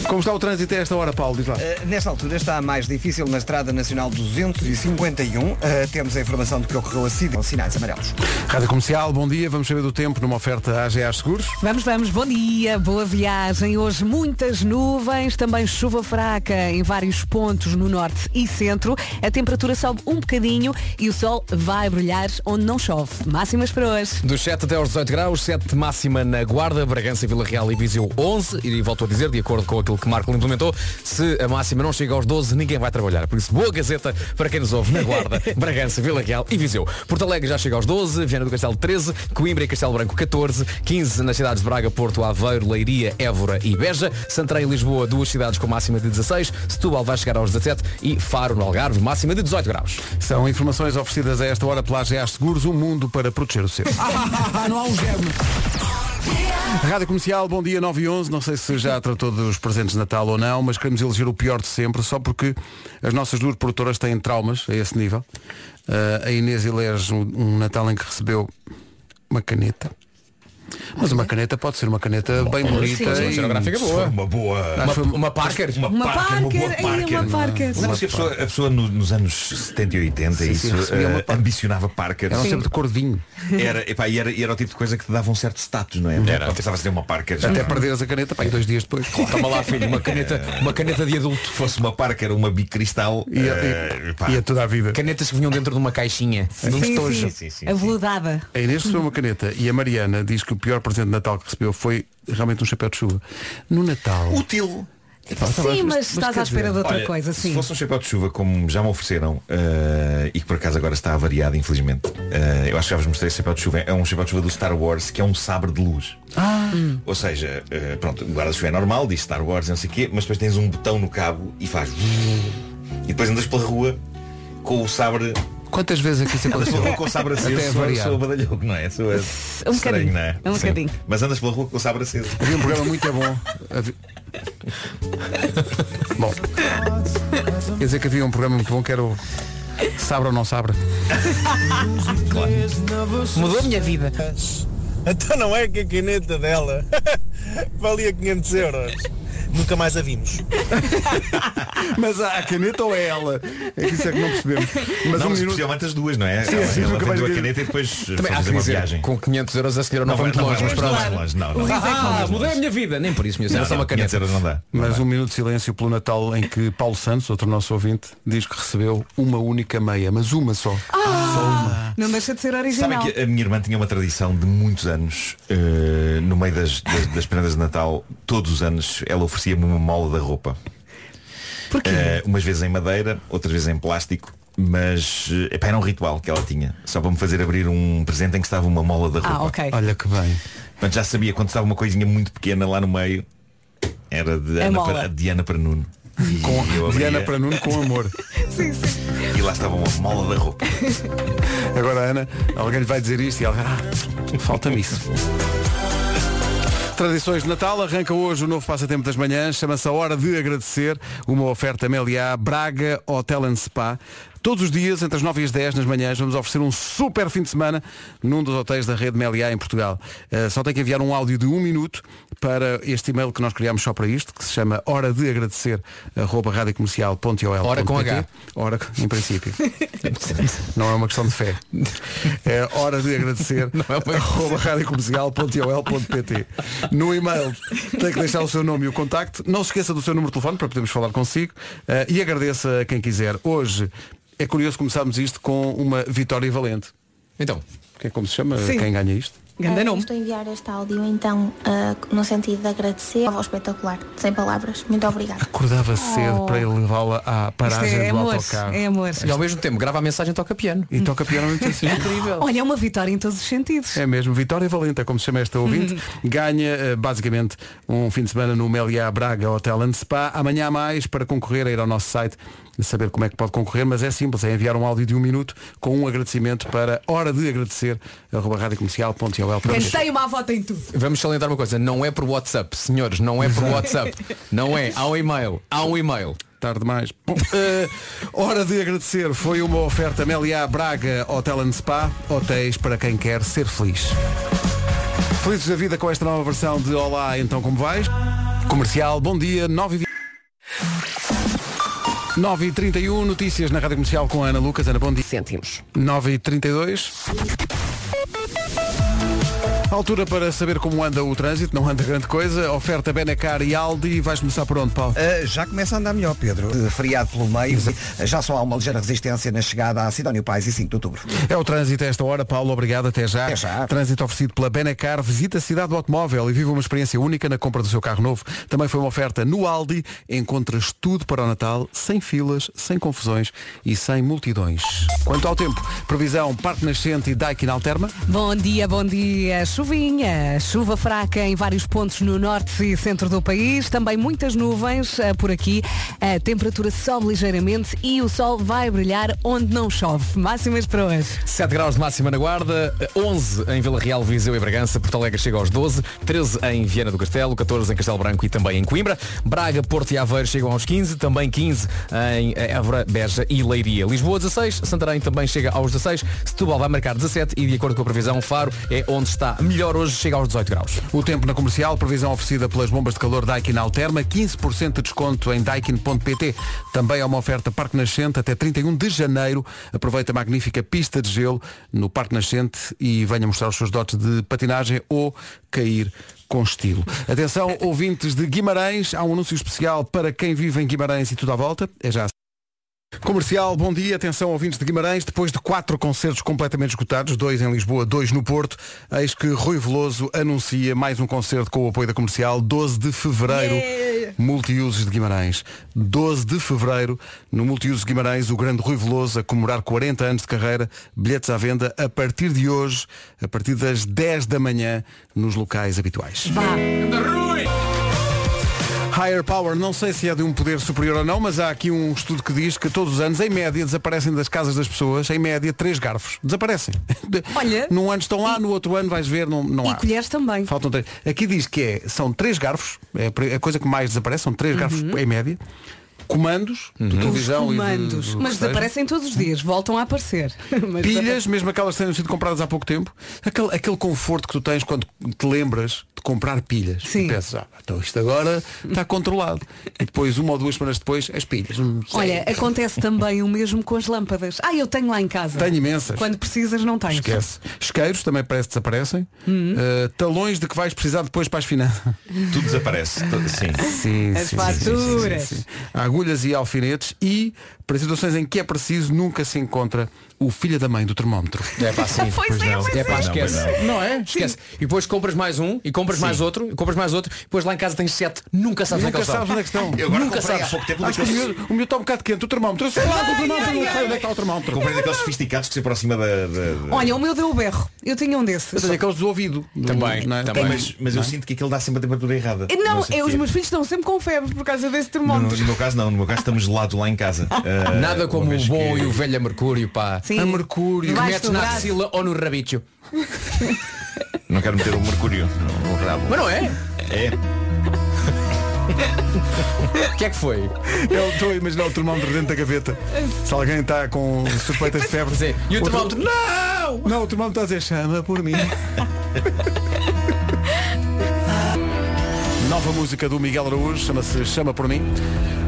Speaker 1: É Como está o trânsito a esta hora, Paulo? Diz lá.
Speaker 5: Uh, nesta altura está mais difícil na Estrada Nacional 251. Uh, temos a informação de que ocorreu acidente com sinais amarelos.
Speaker 1: Rádio Comercial, bom dia. Vamos saber do tempo numa oferta AGA Seguros.
Speaker 3: Vamos, vamos, bom dia, boa viagem. Hoje muitas nuvens, também chuva fraca em vários pontos no norte e centro. A temperatura sobe um bocadinho e o sol vai brilhar onde não chove. Máximas para hoje.
Speaker 2: Dos 7 até aos 18 graus, 7 máxima na Guarda, Bragança, Vila Real e Viseu 11. E volto a dizer, de acordo com aquilo que Marco implementou, se a máxima não chega aos 12, ninguém vai trabalhar. Por isso, boa gazeta para quem nos ouve na Guarda, Bragança, Vila Real e Viseu. Porto Alegre já chega aos 12, Viana do Castelo 13, Coimbra e Castelo Branco 14, 15 nas cidades de Braga, Porto, Aveiro, Leiria, Évora e Beja, Santarém e Lisboa, duas cidades com máxima de 16, Setúbal vai chegar aos 17 e Faro no Algarve, máxima de 18 graus.
Speaker 1: São informações oferecidas a esta hora pela AGA Seguros, um mundo para proteger o seu.
Speaker 5: não há um germe.
Speaker 1: Rádio Comercial, bom dia 9 e 11. Não sei se já tratou dos presentes de Natal ou não, mas queremos eleger o pior de sempre, só porque as nossas duas produtoras têm traumas a esse nível. Ah, a Inês elege um, um Natal em que recebeu uma caneta. Mas uma caneta pode ser uma caneta bem bonita.
Speaker 2: Uma
Speaker 1: e-
Speaker 2: xerográfica boa.
Speaker 6: Uma boa.
Speaker 1: Acho que
Speaker 2: Uma,
Speaker 1: foi-
Speaker 2: uma Parker.
Speaker 3: Uma
Speaker 6: uma boa
Speaker 3: Parker, aí, uma Parker.
Speaker 6: Não, mas a pessoa, a pessoa no- nos anos 70 e 80 isso,
Speaker 1: recebia uma
Speaker 6: eh,
Speaker 1: Parker.
Speaker 6: ambicionava Parker.
Speaker 1: Eram é sempre de cor de vinho.
Speaker 6: Era, epá, e era, e era o tipo de coisa que te dava um certo status, não é? Era. Pensava-se ter uma Parker. já
Speaker 1: Até
Speaker 6: não-
Speaker 1: perderes a caneta, pá, e dois dias depois.
Speaker 2: Toma lá, filho, uma caneta, uma caneta de adulto.
Speaker 6: Eh, Se fosse uma Parker, uma bicristal.
Speaker 1: E,
Speaker 6: eh, pá.
Speaker 1: e, e é toda a vida.
Speaker 2: Canetas que vinham dentro de uma caixinha. de um
Speaker 3: Sim,
Speaker 2: estojo.
Speaker 3: sim.
Speaker 6: Sim, sim, sim.
Speaker 3: Aveludada.
Speaker 1: A Inês recebeu uma caneta e a Mariana diz que o pior presente de Natal que recebeu foi realmente um chapéu de chuva. No Natal.
Speaker 6: Útil.
Speaker 1: tá
Speaker 3: Sim,
Speaker 1: bem, mas-
Speaker 3: mas,
Speaker 1: mas
Speaker 3: estás
Speaker 1: quer
Speaker 3: à espera
Speaker 1: dizer,
Speaker 3: de outra
Speaker 6: Olha,
Speaker 3: coisa,
Speaker 6: Se
Speaker 3: sim.
Speaker 6: fosse um chapéu de chuva, como já me ofereceram, eh, e que por acaso agora está avariado, infelizmente, eh, eu acho que já vos mostrei esse chapéu de chuva. É um chapéu de chuva do Star Wars, que é um sabre de luz.
Speaker 3: Ah.
Speaker 6: Hum. Ou seja, eh, pronto, o guarda-chuva é normal, diz Star Wars, não sei o quê, mas depois tens um botão no cabo e faz. E depois andas pela rua com o sabre.
Speaker 1: Quantas
Speaker 2: é
Speaker 1: vezes aqui isso
Speaker 6: Andas
Speaker 1: aconteceu?
Speaker 6: pela rua com o sabre aceso,
Speaker 1: Até
Speaker 6: sou,
Speaker 1: avariado.
Speaker 6: sou badalhoco, não é? Sou, é
Speaker 3: é Um
Speaker 6: estranho,
Speaker 3: bocadinho,
Speaker 6: não é?
Speaker 3: um
Speaker 6: Sim.
Speaker 3: bocadinho.
Speaker 6: Mas andas pela rua com o sabre aceso.
Speaker 1: Havia um programa muito bom. Havi- Bom. Quer dizer que havia um programa muito bom que era o Sabra ou não Sabra.
Speaker 2: Mudou a minha vida.
Speaker 8: Então não é que a caneta dela valia 500 euros. Nunca mais a vimos.
Speaker 1: Mas a a caneta ou é ela? É que isso é que não percebemos. Mas um
Speaker 6: não, mas
Speaker 1: minuto.
Speaker 6: especialmente as duas, não é?
Speaker 1: Sim,
Speaker 6: ela
Speaker 1: sim,
Speaker 6: ela
Speaker 1: nunca mais
Speaker 6: vendeu a
Speaker 1: vi-
Speaker 6: caneta e depois eh, foi
Speaker 2: Também há que
Speaker 6: fazer uma
Speaker 2: dizer,
Speaker 6: viagem.
Speaker 2: com 500 euros a senhora não, foi
Speaker 6: vai-
Speaker 2: muito longe,
Speaker 6: vai
Speaker 2: mas pronto.
Speaker 6: vai longe, não, não.
Speaker 2: Ah, mudei a minha vida. Nem por isso, minha senhora, só uma caneta.
Speaker 6: é não dá.
Speaker 1: Mas um minuto de silêncio pelo Natal em que Paulo Santos, outro nosso ouvinte, diz que recebeu uma única meia, mas uma só.
Speaker 3: Não deixa de ser
Speaker 6: Sabem
Speaker 3: original.
Speaker 6: que a minha irmã tinha uma tradição de muitos anos, eh, no meio das, das, das prendas de Natal, todos os anos ela oferecia-me uma mola da roupa.
Speaker 3: Porquê?
Speaker 6: Eh, umas vezes em madeira, outras vezes em plástico, mas eh, epá, era um ritual que ela tinha, só para me fazer abrir um presente em que estava uma mola da roupa.
Speaker 3: Ah, ok.
Speaker 1: Olha que bem.
Speaker 6: Portanto, já sabia quando estava uma coisinha muito pequena lá no meio, era de,
Speaker 3: É
Speaker 6: Ana
Speaker 3: mola.
Speaker 6: para, de Ana para Nuno. E
Speaker 1: Com,
Speaker 6: eu abria,
Speaker 1: Diana para Nuno com amor.
Speaker 3: Sim, sim.
Speaker 6: E lá estava uma mola da roupa.
Speaker 1: Agora, Ana, alguém lhe vai dizer isto e ela ah, falta-me isso. Tradições de Natal, arranca hoje o novo passatempo das manhãs, chama-se A Hora de Agradecer, uma oferta Meliá, Braga, Hotel and Spa. Todos os dias, entre as 9 e as 10 nas manhãs, vamos oferecer um super fim de semana num dos hotéis da rede Meliá em Portugal. Eh, só tem que enviar um áudio de um minuto para este e-mail que nós criámos só para isto, que se chama hora de agradecer, arroba radiocomercial.ol.
Speaker 2: Hora com H.
Speaker 1: Hora, em princípio. Não é uma questão de fé. É hora é de agradecer arroba radiocomercial.ol.pt No e-mail tem que deixar o seu nome e o contacto. Não se esqueça do seu número de telefone para podermos falar consigo. Eh, e agradeça a quem quiser. Hoje é curioso começarmos isto com uma vitória valente.
Speaker 2: Então,
Speaker 1: Que é como se chama
Speaker 3: Sim.
Speaker 1: quem ganha isto.
Speaker 3: Ganda nome.
Speaker 9: Estou a enviar este áudio então ah, no sentido de agradecer. Ao espetacular, sem palavras. Muito obrigada.
Speaker 1: Acordava cedo para ele levá-la à
Speaker 3: Oh. Isto
Speaker 1: paragem
Speaker 3: é
Speaker 1: do
Speaker 3: amor.
Speaker 1: autocarro.
Speaker 3: É amor.
Speaker 2: e ao mesmo tempo grava a mensagem e toca piano.
Speaker 1: E toca piano muito assim.
Speaker 3: Olha, é uma vitória em todos os sentidos.
Speaker 1: É mesmo, Vitória Valente, é como se chama esta ouvinte, ganha eh, basicamente um fim de semana no Meliá Braga Hotel and Spa. Amanhã há mais para concorrer, a ir ao nosso site e saber como é que pode concorrer, mas é simples, é enviar um áudio de um minuto com um agradecimento para hora de agradecer arroba radiocomercial.ol.
Speaker 3: Quem tem uma avó tem tudo.
Speaker 2: Vamos salientar uma coisa, não é por WhatsApp, senhores, não é por WhatsApp. Não é, há um e-mail, há um e-mail.
Speaker 1: Tarde mais. Bom, eh, hora de agradecer foi uma oferta Meliá Braga Hotel and Spa, hotéis para quem quer ser feliz. Felizes da vida com esta nova versão de Olá, então como vais? Comercial, bom dia, 9 e 20. 9 e 31 notícias na Rádio Comercial com a Ana Lucas. Ana, bom dia.
Speaker 10: Cêntimos.
Speaker 1: 9 e 32 Altura para saber como anda o trânsito, não anda grande coisa. Oferta Benacar e Aldi. Vais começar por onde, Paulo?
Speaker 5: Uh, já começa a andar melhor, Pedro. Uh, Feriado pelo meio, uh, já só há uma ligeira resistência na chegada a Sidónio Pais e 5 de outubro.
Speaker 1: É o trânsito a esta hora, Paulo, obrigado, até já.
Speaker 5: Até já.
Speaker 1: Trânsito oferecido pela Benacar, visita a cidade do automóvel e vive uma experiência única na compra do seu carro novo. Também foi uma oferta no Aldi, encontras tudo para o Natal, sem filas, sem confusões e sem multidões. Quanto ao tempo, previsão Parque Nascente e Daikin Alterma.
Speaker 3: Bom dia, bom dia. Chuvinha, chuva fraca em vários pontos no norte e centro do país. Também muitas nuvens eh, por aqui. A temperatura sobe ligeiramente e o sol vai brilhar onde não chove. Máximas para hoje.
Speaker 2: 7 graus de máxima na Guarda, 11 em Vila Real, Viseu e Bragança, Porto Alegre chega aos 12, 13 em Viana do Castelo, 14 em Castelo Branco e também em Coimbra, Braga, Porto e Aveiro chegam aos 15, também 15 em eh, Évora, Beja e Leiria, Lisboa 16, Santarém também chega aos 16, Setúbal vai marcar 17 e de acordo com a previsão, Faro é onde está melhor hoje, chega aos 18 graus.
Speaker 1: O tempo na comercial, previsão oferecida pelas bombas de calor Daikin Alterma, 15% de desconto em daikin.pt. Também há uma oferta Parque Nascente até 31 de janeiro. Aproveita a magnífica pista de gelo no Parque Nascente e venha mostrar os seus dotes de patinagem ou cair com estilo. Atenção, ouvintes de Guimarães, há um anúncio especial para quem vive em Guimarães e tudo à volta. É já a Comercial, bom dia, atenção ouvintes de Guimarães, depois de quatro concertos completamente esgotados, dois em Lisboa, dois no Porto, eis que Rui Veloso anuncia mais um concerto com o apoio da Comercial, 12 de Fevereiro, Multiusos de Guimarães. 12 de Fevereiro, no Multiusos de Guimarães, o grande Rui Veloso a comemorar 40 anos de carreira, bilhetes à venda a partir de hoje, a partir das 10 da manhã, nos locais habituais.
Speaker 3: Vá.
Speaker 1: Higher Power, não sei se é de um poder superior ou não, mas há aqui um estudo que diz que todos os anos, em média, desaparecem das casas das pessoas, em média, três garfos. Desaparecem.
Speaker 3: Olha.
Speaker 1: Num ano estão lá, no outro ano vais ver, não, não
Speaker 3: E
Speaker 1: há.
Speaker 3: colheres também.
Speaker 1: Faltam três. Aqui diz que é, são três garfos, é a pri- a coisa que mais desaparece, são três garfos
Speaker 3: Uhum.
Speaker 1: em média. Comandos, de televisão
Speaker 3: Comandos.
Speaker 1: e de, do
Speaker 3: Mas
Speaker 1: que seja.
Speaker 3: desaparecem todos os dias, voltam a aparecer. Mas
Speaker 1: Pilhas, mesmo aquelas que tenham sido compradas há pouco tempo, aquele, aquele conforto que tu tens quando te lembras de comprar pilhas.
Speaker 3: Sim.
Speaker 1: E pensas, ah, então isto agora está controlado. E depois, uma ou duas semanas depois, as pilhas. Hum, sei.
Speaker 3: Olha, acontece também o mesmo com as lâmpadas. Ah, eu tenho lá em casa.
Speaker 1: Tenho imensas.
Speaker 3: Quando precisas, não tens.
Speaker 1: Esquece. Isqueiros também parece que desaparecem.
Speaker 3: Hum.
Speaker 1: Uh, talões de que vais precisar depois para as finanças.
Speaker 6: Tudo desaparece. tu- Sim.
Speaker 1: Sim,
Speaker 3: As faturas.
Speaker 1: Agulhas e alfinetes e para situações em que é preciso nunca se encontra o filho da mãe do termómetro.
Speaker 2: É para assim,
Speaker 3: Pois é, pois
Speaker 2: é para
Speaker 6: é.
Speaker 2: esquece.
Speaker 6: Não, pois
Speaker 2: Não é? Esquece. E depois compras mais um, e compras mais outro, e compras mais outro, e depois lá em casa tens sete. Nunca sabes onde
Speaker 1: Nunca
Speaker 2: é que eles estão.
Speaker 1: sabes onde é que estão.
Speaker 6: Eu agora
Speaker 2: Nunca
Speaker 6: comprei há
Speaker 2: sabes.
Speaker 6: pouco tempo um
Speaker 1: Acho que o
Speaker 6: daqueles-
Speaker 1: meu, o meu está um bocado quente, o termómetro. Eu sei lá do termómetro, não sei onde é que está o termómetro.
Speaker 6: comprei daqueles sofisticados que se aproxima da. da- da-
Speaker 3: Olha, o meu deu o berro. Eu tinha um desses.
Speaker 1: Eu tenho é aqueles do ouvido.
Speaker 2: Também,
Speaker 1: Não é?
Speaker 2: também.
Speaker 6: Mas, mas eu sinto que aquele dá sempre a temperatura errada.
Speaker 3: Não,
Speaker 6: sei
Speaker 3: é, os
Speaker 6: porquê.
Speaker 3: meus filhos estão sempre com febre por causa desse
Speaker 6: No,
Speaker 3: termómetro.
Speaker 6: no meu caso não, no meu caso estamos gelados lá em casa. Ah,
Speaker 2: Nada
Speaker 6: uma
Speaker 2: como o
Speaker 6: vez
Speaker 2: bom
Speaker 6: que-
Speaker 2: e o velho a mercúrio, pá.
Speaker 3: Sim.
Speaker 1: A mercúrio.
Speaker 3: Debaixo
Speaker 2: Metes
Speaker 3: do
Speaker 2: na
Speaker 3: braço.
Speaker 2: axila ou no rabicho.
Speaker 6: Não quero meter o mercúrio no, no rabo.
Speaker 2: Mas não é?
Speaker 6: É.
Speaker 2: O que é que foi?
Speaker 1: Eu estou a imaginar o termómetro dentro da gaveta. Se alguém está com suspeita de febre.
Speaker 2: Sim. E o termómetro,
Speaker 1: Não! Não, o termómetro está a dizer chama por mim. Nova música do Miguel Araújo, chama-se Chama por mim.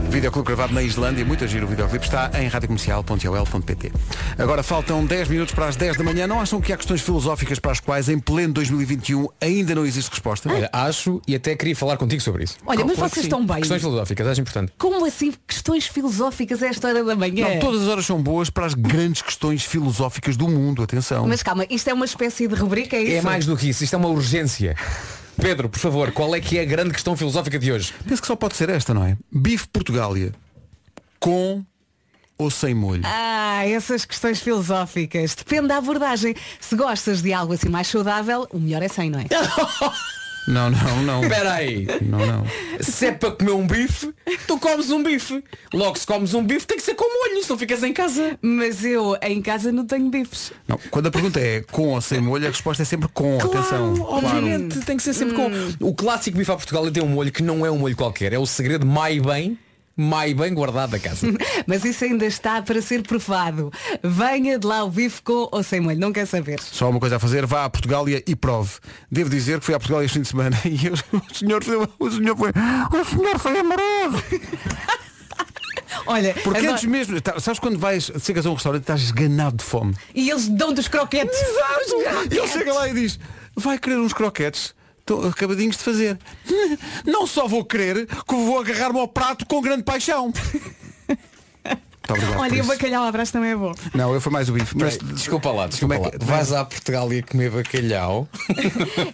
Speaker 1: Videoclube gravado na Islândia, muito giro o videoclipe, está em radiocomercial.ol.pt Agora faltam 10 minutos para as 10 da manhã. Não acham que há questões filosóficas para as quais em pleno 2021 ainda não existe resposta?
Speaker 2: Olha, acho e até queria falar contigo sobre isso.
Speaker 3: Olha, mas
Speaker 1: Claro que
Speaker 3: vocês
Speaker 1: sim.
Speaker 3: estão bem.
Speaker 2: Questões filosóficas, acho importante.
Speaker 3: Como assim questões filosóficas é esta hora da manhã?
Speaker 1: Não, todas as horas são boas para as grandes questões filosóficas do mundo, atenção.
Speaker 3: Mas calma, isto é uma espécie de rubrica, é isso?
Speaker 2: É mais do que isso, isto é uma urgência. Pedro, por favor, qual é que é a grande questão filosófica de hoje?
Speaker 1: Penso que só pode ser esta, não é? Bife Portugália com ou sem molho?
Speaker 3: Ah, essas questões filosóficas. Depende da abordagem. Se gostas de algo assim mais saudável, o melhor é sem, não é?
Speaker 1: Não, não, não.
Speaker 2: Espera aí.
Speaker 1: Não, não.
Speaker 2: Se é para comer um bife, tu comes um bife. Logo, se comes um bife, tem que ser com molho, senão ficas em casa.
Speaker 3: Mas eu em casa não tenho bifes.
Speaker 1: Não, Quando a pergunta é com ou sem molho, a resposta é sempre com. atenção.
Speaker 2: obviamente,
Speaker 3: Hum.
Speaker 2: é tem que ser sempre com. O clássico bife à Portugal tem um molho que não é um molho qualquer, é o segredo mai bem mais bem guardado da casa.
Speaker 3: Mas isso ainda está para ser provado. Venha de lá ao vivo com ou sem molho, não quer saber.
Speaker 1: Só uma coisa a fazer, vá a Portugália e prove. Devo dizer que fui à Portugália este fim de semana e eu- o senhor foi, o senhor foi, o senhor foi amoroso.
Speaker 3: Olha,
Speaker 1: Porque
Speaker 3: agora-
Speaker 1: antes mesmo, tá- sabes quando vais, chegas a um restaurante e estás esganado de fome.
Speaker 3: e eles dão dos croquetes.
Speaker 1: E ele chega lá e diz, vai querer uns croquetes? Estou acabadinhos de fazer. Não só vou querer, como vou agarrar-me ao prato com grande paixão. Muito obrigado por
Speaker 3: Olha, e o
Speaker 1: isso.
Speaker 3: bacalhau à Brás também é bom.
Speaker 1: Não, eu fui mais o bife. Mas,
Speaker 2: Desculpa lá, desculpa
Speaker 1: Como é que-
Speaker 2: lá. Vais à Portugal e comer bacalhau.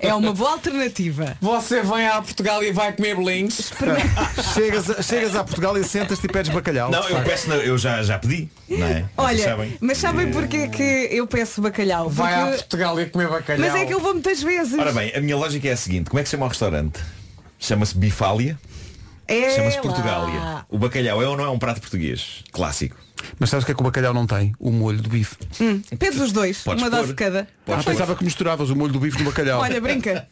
Speaker 3: É uma boa alternativa.
Speaker 2: Você vem à Portugal e vai comer bolinhos.
Speaker 1: chegas, a- chegas a Portugal e sentas-te e pedes bacalhau.
Speaker 6: Não,
Speaker 1: de
Speaker 6: eu
Speaker 1: facto.
Speaker 6: peço, na- eu já, já pedi, não é? Vocês
Speaker 3: Olha,
Speaker 6: sabem. Eh, É.
Speaker 3: mas sabem porquê que eu peço bacalhau?
Speaker 2: Vai à
Speaker 3: Porque-
Speaker 2: Portugal e comer bacalhau.
Speaker 3: Mas é que eu vou muitas vezes.
Speaker 6: Ora bem, a minha lógica é a seguinte, como é que se chama o restaurante? Chama-se Bifália,
Speaker 3: É
Speaker 6: chama-se
Speaker 3: lá.
Speaker 6: Portugália. O bacalhau é ou não é um prato português? Clássico.
Speaker 1: Mas sabes o que é que o bacalhau não tem? O molho do bife.
Speaker 3: Pedes os dois,
Speaker 6: Podes
Speaker 3: uma
Speaker 6: pôr.
Speaker 3: dose cada.
Speaker 1: Ah,
Speaker 6: Podes pôr.
Speaker 1: pensava que misturavas o molho do bife no bacalhau.
Speaker 3: Olha, brinca.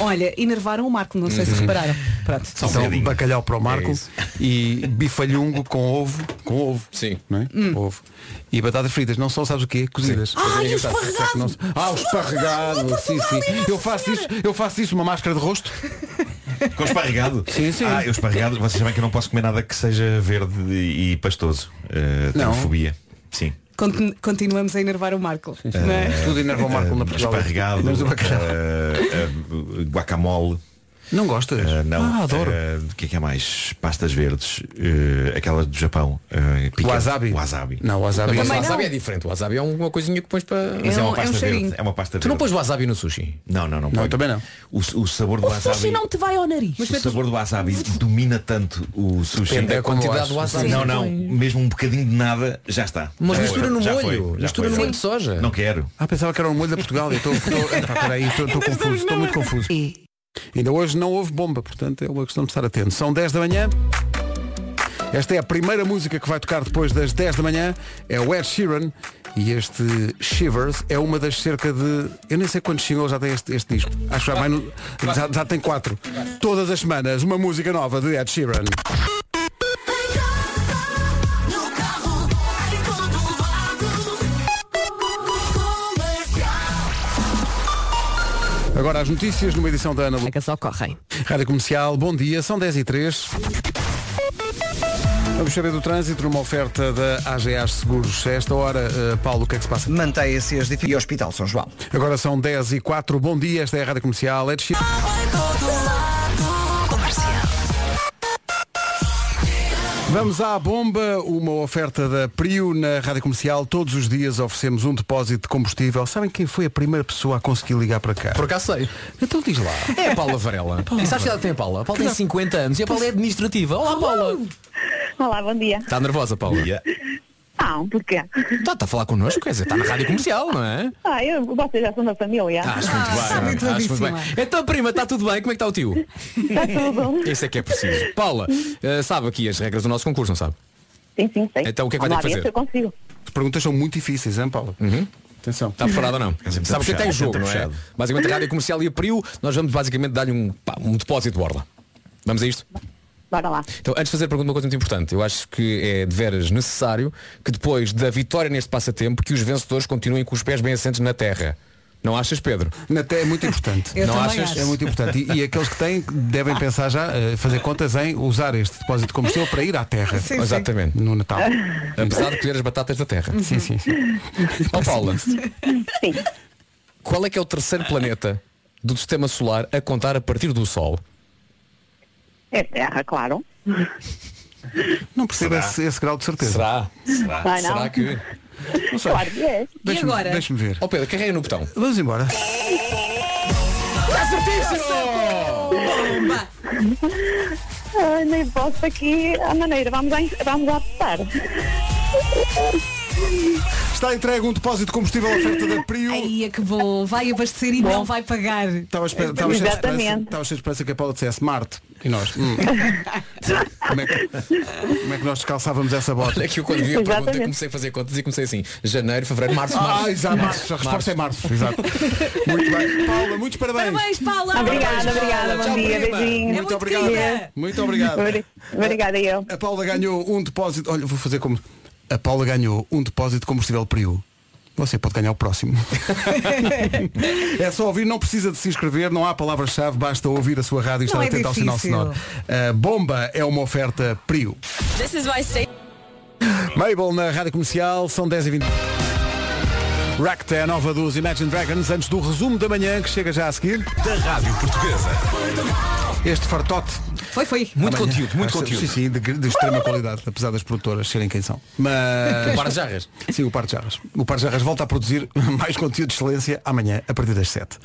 Speaker 3: Olha, enervaram o Marco, não sei
Speaker 6: Uhum.
Speaker 3: se repararam. Pronto.
Speaker 6: Só um
Speaker 1: Então,
Speaker 6: bocadinho.
Speaker 1: bacalhau para o Marco
Speaker 2: É isso.
Speaker 1: e bifalhungo com ovo, com ovo,
Speaker 2: Sim.
Speaker 1: não é?
Speaker 3: Hum.
Speaker 1: Ovo. E batatas fritas, não são, sabes o quê? Cozidas.
Speaker 3: Ah, e o
Speaker 1: Só que não se-
Speaker 3: esparregado!
Speaker 1: Ah, o esparregado, sim, sim. Eu faço isso, eu faço isso uma máscara de rosto.
Speaker 6: Com esparregado?
Speaker 1: Sim, sim.
Speaker 6: Ah, eu esparregado, vocês sabem que eu não posso comer nada que seja verde e pastoso. Uh, tenho
Speaker 1: Não.
Speaker 6: fobia. Sim.
Speaker 3: Con- Continuamos a enervar o Marco. não é?
Speaker 1: Tudo enerva o Marco na
Speaker 6: Uh,
Speaker 1: Portugal.
Speaker 6: esparregado,
Speaker 1: Menos o bacalhau.
Speaker 6: uh, uh, guacamole.
Speaker 1: Não gostas?
Speaker 6: Uh, não.
Speaker 1: Ah, adoro.
Speaker 6: Uh, O que é que é mais? Pastas verdes. Uh, aquelas do Japão. Uh, picante.
Speaker 1: wasabi.
Speaker 6: Wasabi.
Speaker 1: Não, wasabi.
Speaker 2: Mas o
Speaker 3: Também
Speaker 2: wasabi é diferente. O wasabi é uma coisinha que pões para.
Speaker 6: Mas
Speaker 3: É
Speaker 6: é,
Speaker 3: um-
Speaker 6: uma
Speaker 3: é um
Speaker 6: pasta
Speaker 3: cheirinho.
Speaker 6: verde. É uma pasta
Speaker 2: Tu não
Speaker 6: verde.
Speaker 2: pões wasabi no sushi?
Speaker 6: Não, não, não.
Speaker 1: Não,
Speaker 6: ponho.
Speaker 1: também não.
Speaker 6: O, o sabor do
Speaker 3: O
Speaker 6: wasabi.
Speaker 3: sushi não te vai ao nariz.
Speaker 6: O sabor do wasabi domina tanto o sushi.
Speaker 2: Depende da
Speaker 1: É como
Speaker 2: quantidade
Speaker 1: acho.
Speaker 2: do wasabi.
Speaker 6: Não, não, mesmo um bocadinho de nada, já está.
Speaker 2: Mas
Speaker 6: Já
Speaker 2: mistura
Speaker 6: foi,
Speaker 2: no
Speaker 6: já
Speaker 2: molho,
Speaker 6: foi, já
Speaker 2: mistura
Speaker 6: foi,
Speaker 2: no
Speaker 6: já
Speaker 2: molho de
Speaker 6: foi.
Speaker 2: soja.
Speaker 6: Não quero.
Speaker 1: Ah, pensava que era um molho da Portugal. Eu estou confuso, estou muito confuso. Ainda hoje não houve bomba, portanto é uma questão de estar atento. São 10 da manhã. Esta é a primeira música que vai tocar depois das 10 da manhã. É o Ed Sheeran e este Shivers é uma das cerca de... Eu nem sei quantos singles já tem este, este disco. Acho que já, vai no- já, já tem quatro. Todas as semanas uma música nova de Ed Sheeran. Agora as notícias numa edição da Ana Lu...
Speaker 3: As ocorrem.
Speaker 1: Rádio Comercial, bom dia, são 10 e 3. Vamos saber do trânsito numa oferta da AGAs Seguros. A esta hora, eh, Paulo, o que é que se passa?
Speaker 5: Mantém-se as dificuldades. E Hospital São João.
Speaker 1: Agora são 10 e 4, bom dia, esta é a Rádio Comercial. Ed Sheeran. Vamos à bomba, uma oferta da Prio na Rádio Comercial. Todos os dias oferecemos um depósito de combustível. Sabem quem foi a primeira pessoa a conseguir ligar para cá?
Speaker 2: Por acaso sei.
Speaker 1: Então diz lá.
Speaker 2: É a Paula Varela. E sabes que ela tem a Paula? A Paula tem 50 anos e a Paula é administrativa. Olá, Paula.
Speaker 9: Olá, bom dia.
Speaker 2: Está nervosa, Paula?
Speaker 6: Yeah.
Speaker 9: Não, porquê?
Speaker 2: Está a falar connosco, quer dizer, está na rádio comercial, não é?
Speaker 9: Ah, eu, vocês já são da família.
Speaker 2: Acho muito bem.
Speaker 3: sabe
Speaker 2: acho muito bem.
Speaker 3: tudo,
Speaker 2: Então, prima, está tudo bem? Como é que está o tio?
Speaker 9: Está Tá tudo.
Speaker 2: Isso é que é preciso. Paula, eh, sabe aqui as regras do nosso concurso, não sabe?
Speaker 9: Sim, sim, sei.
Speaker 2: Então, o que é que vai
Speaker 9: Vamos
Speaker 2: ter
Speaker 9: lá
Speaker 2: que
Speaker 9: ver se eu consigo.
Speaker 1: As perguntas são muito difíceis, hein, Paulo?
Speaker 2: Hum.
Speaker 1: Atenção.
Speaker 2: Está preparado Tá ou não?
Speaker 6: Sempre
Speaker 2: Sabe o que
Speaker 6: puxado,
Speaker 2: tem jogo,
Speaker 6: sempre
Speaker 2: não é?
Speaker 6: puxado.
Speaker 2: Basicamente, a rádio comercial e a Priu, nós vamos basicamente dar-lhe um, pá, um depósito de borla. Vamos a isto?
Speaker 9: Bora lá.
Speaker 2: Então, antes de fazer a pergunta, uma coisa muito importante. Eu acho que é de veras necessário que depois da vitória neste passatempo, que os vencedores continuem com os pés bem assentes na terra. Não achas, Pedro?
Speaker 1: Na te- é muito importante.
Speaker 3: Eu
Speaker 2: Não
Speaker 3: também
Speaker 2: achas?
Speaker 3: acho.
Speaker 1: É muito importante. E, e aqueles que têm devem pensar já, eh, fazer contas em usar este depósito de combustível para ir à Terra
Speaker 3: Sim, sim.
Speaker 2: Exatamente.
Speaker 1: no Natal.
Speaker 2: Apesar de colher as batatas da terra.
Speaker 1: Sim, sim, sim.
Speaker 2: Ó Paula, qual é que é o terceiro planeta do sistema solar a contar a partir do Sol?
Speaker 9: É terra, claro.
Speaker 1: Não percebo esse, esse grau de certeza.
Speaker 2: Será?
Speaker 9: Vai não.
Speaker 2: Será que.
Speaker 9: Claro que é.
Speaker 1: Deixa-me,
Speaker 3: E agora? Tá
Speaker 1: Deixa-me ver.
Speaker 2: Ó Pedro, carrega no botão.
Speaker 1: Vamos embora.
Speaker 9: Ah, nem posso aqui à maneira. Vamos, a, vamos a apertar.
Speaker 1: Está entregue um depósito de combustível à oferta da Prio.
Speaker 5: Aí é que bom, vai abastecer e não vai pagar.
Speaker 1: Estava, a esper- estava cheio de esperança,
Speaker 9: Exatamente.
Speaker 1: estava cheio de esperança que a Paula dissesse Marte. E nós. hum. como, é que, como é que nós descalçávamos essa bota?
Speaker 2: Olha que eu quando vi a pergunta
Speaker 9: Exatamente.
Speaker 2: comecei a fazer contas e comecei assim, janeiro, fevereiro, março, março.
Speaker 1: Ah, exato, março. A resposta é março. Exato. Muito bem. Paula, muitos parabéns.
Speaker 5: Parabéns, Paula!
Speaker 9: Obrigada,
Speaker 5: Parabéns, Paula.
Speaker 9: obrigada. Bom
Speaker 2: Tchau,
Speaker 9: dia,
Speaker 2: prima.
Speaker 9: beijinho.
Speaker 5: É muito
Speaker 1: obrigado.
Speaker 5: querida.
Speaker 1: Muito obrigado.
Speaker 9: Obri- Obrigada, eu.
Speaker 1: A Paula ganhou um depósito. Olha, vou fazer como. A Paula ganhou um depósito de combustível Priu. Você pode ganhar o próximo. é só ouvir, não precisa de se inscrever, não há palavra-chave, basta ouvir a sua rádio e estar
Speaker 5: Não é
Speaker 1: atento ao sinal
Speaker 5: difícil.
Speaker 1: sonoro. A bomba é uma oferta Priu.
Speaker 3: This is my state.
Speaker 1: Mabel na rádio comercial, são 10 e 20 Racked é a nova dos Imagine Dragons, antes do resumo da manhã que chega já a seguir.
Speaker 6: Da Rádio Portuguesa.
Speaker 1: Este fartote.
Speaker 5: Foi, foi.
Speaker 2: Muito
Speaker 1: Amanhã.
Speaker 2: conteúdo, muito
Speaker 1: Acho-
Speaker 2: conteúdo.
Speaker 1: Sim, sim, de, de extrema qualidade, apesar das produtoras serem quem são. Mas.
Speaker 2: Para de jarras.
Speaker 1: Sim, o Par de Jarras. O Par de Jarras volta a produzir mais conteúdo de excelência amanhã, a partir das 7.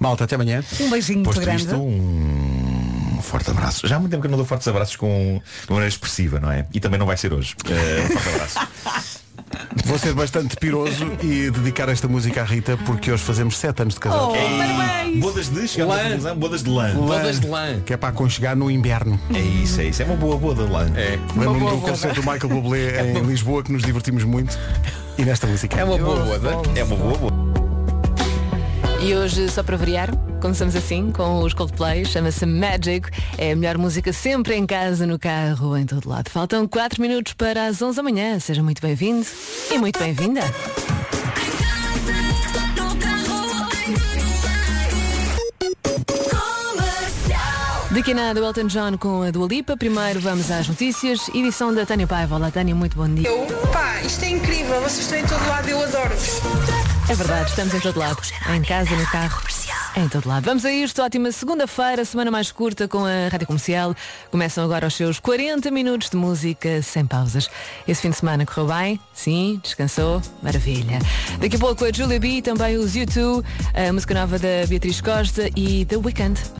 Speaker 1: Malta, até amanhã.
Speaker 5: Um beijinho muito
Speaker 6: Posto
Speaker 5: grande.
Speaker 6: isto, um forte abraço. Já há muito tempo que eu não dou fortes abraços com de maneira expressiva, não é? E também não vai ser hoje. Eh, um forte abraço.
Speaker 1: Vou ser bastante piroso e dedicar esta música à Rita, porque hoje fazemos 7 anos de
Speaker 5: Oh,
Speaker 1: casal.
Speaker 2: É
Speaker 5: parabéns!
Speaker 6: Bodas de chegamos
Speaker 2: Lã.
Speaker 6: à conclusão, bodas de lã.
Speaker 2: Bodas de lã.
Speaker 1: Que é para aconchegar no inverno.
Speaker 6: É isso, é isso. É uma boa boda de lã.
Speaker 2: É.
Speaker 1: Lembro-me do concerto do Michael Bublé em Lisboa, que nos divertimos muito. E nesta música.
Speaker 2: É uma boa boda.
Speaker 6: É uma boa boda.
Speaker 3: E hoje, só para variar, começamos assim com os Coldplay, chama-se Magic. É a melhor música sempre em casa, no carro, em todo lado. Faltam 4 minutos para as 11 da manhã. Seja muito bem-vindo e muito bem-vinda. Daqui a nada, o Elton John com a Dua Lipa. Primeiro vamos às notícias. Edição da Tânia Paiva. Olá, Tânia, muito bom dia.
Speaker 9: Eu, pá, isto é incrível, vocês estão em todo lado, eu adoro-vos.
Speaker 3: É verdade, estamos em todo lado. Em casa, no carro, em todo lado. Vamos a isto, ótima segunda-feira, semana mais curta com a Rádio Comercial. Começam agora os seus 40 minutos de música sem pausas. Esse fim de semana correu bem? Sim, descansou? Maravilha. Daqui a pouco a Julia B, também os U2, a música nova da Beatriz Costa e The Weeknd.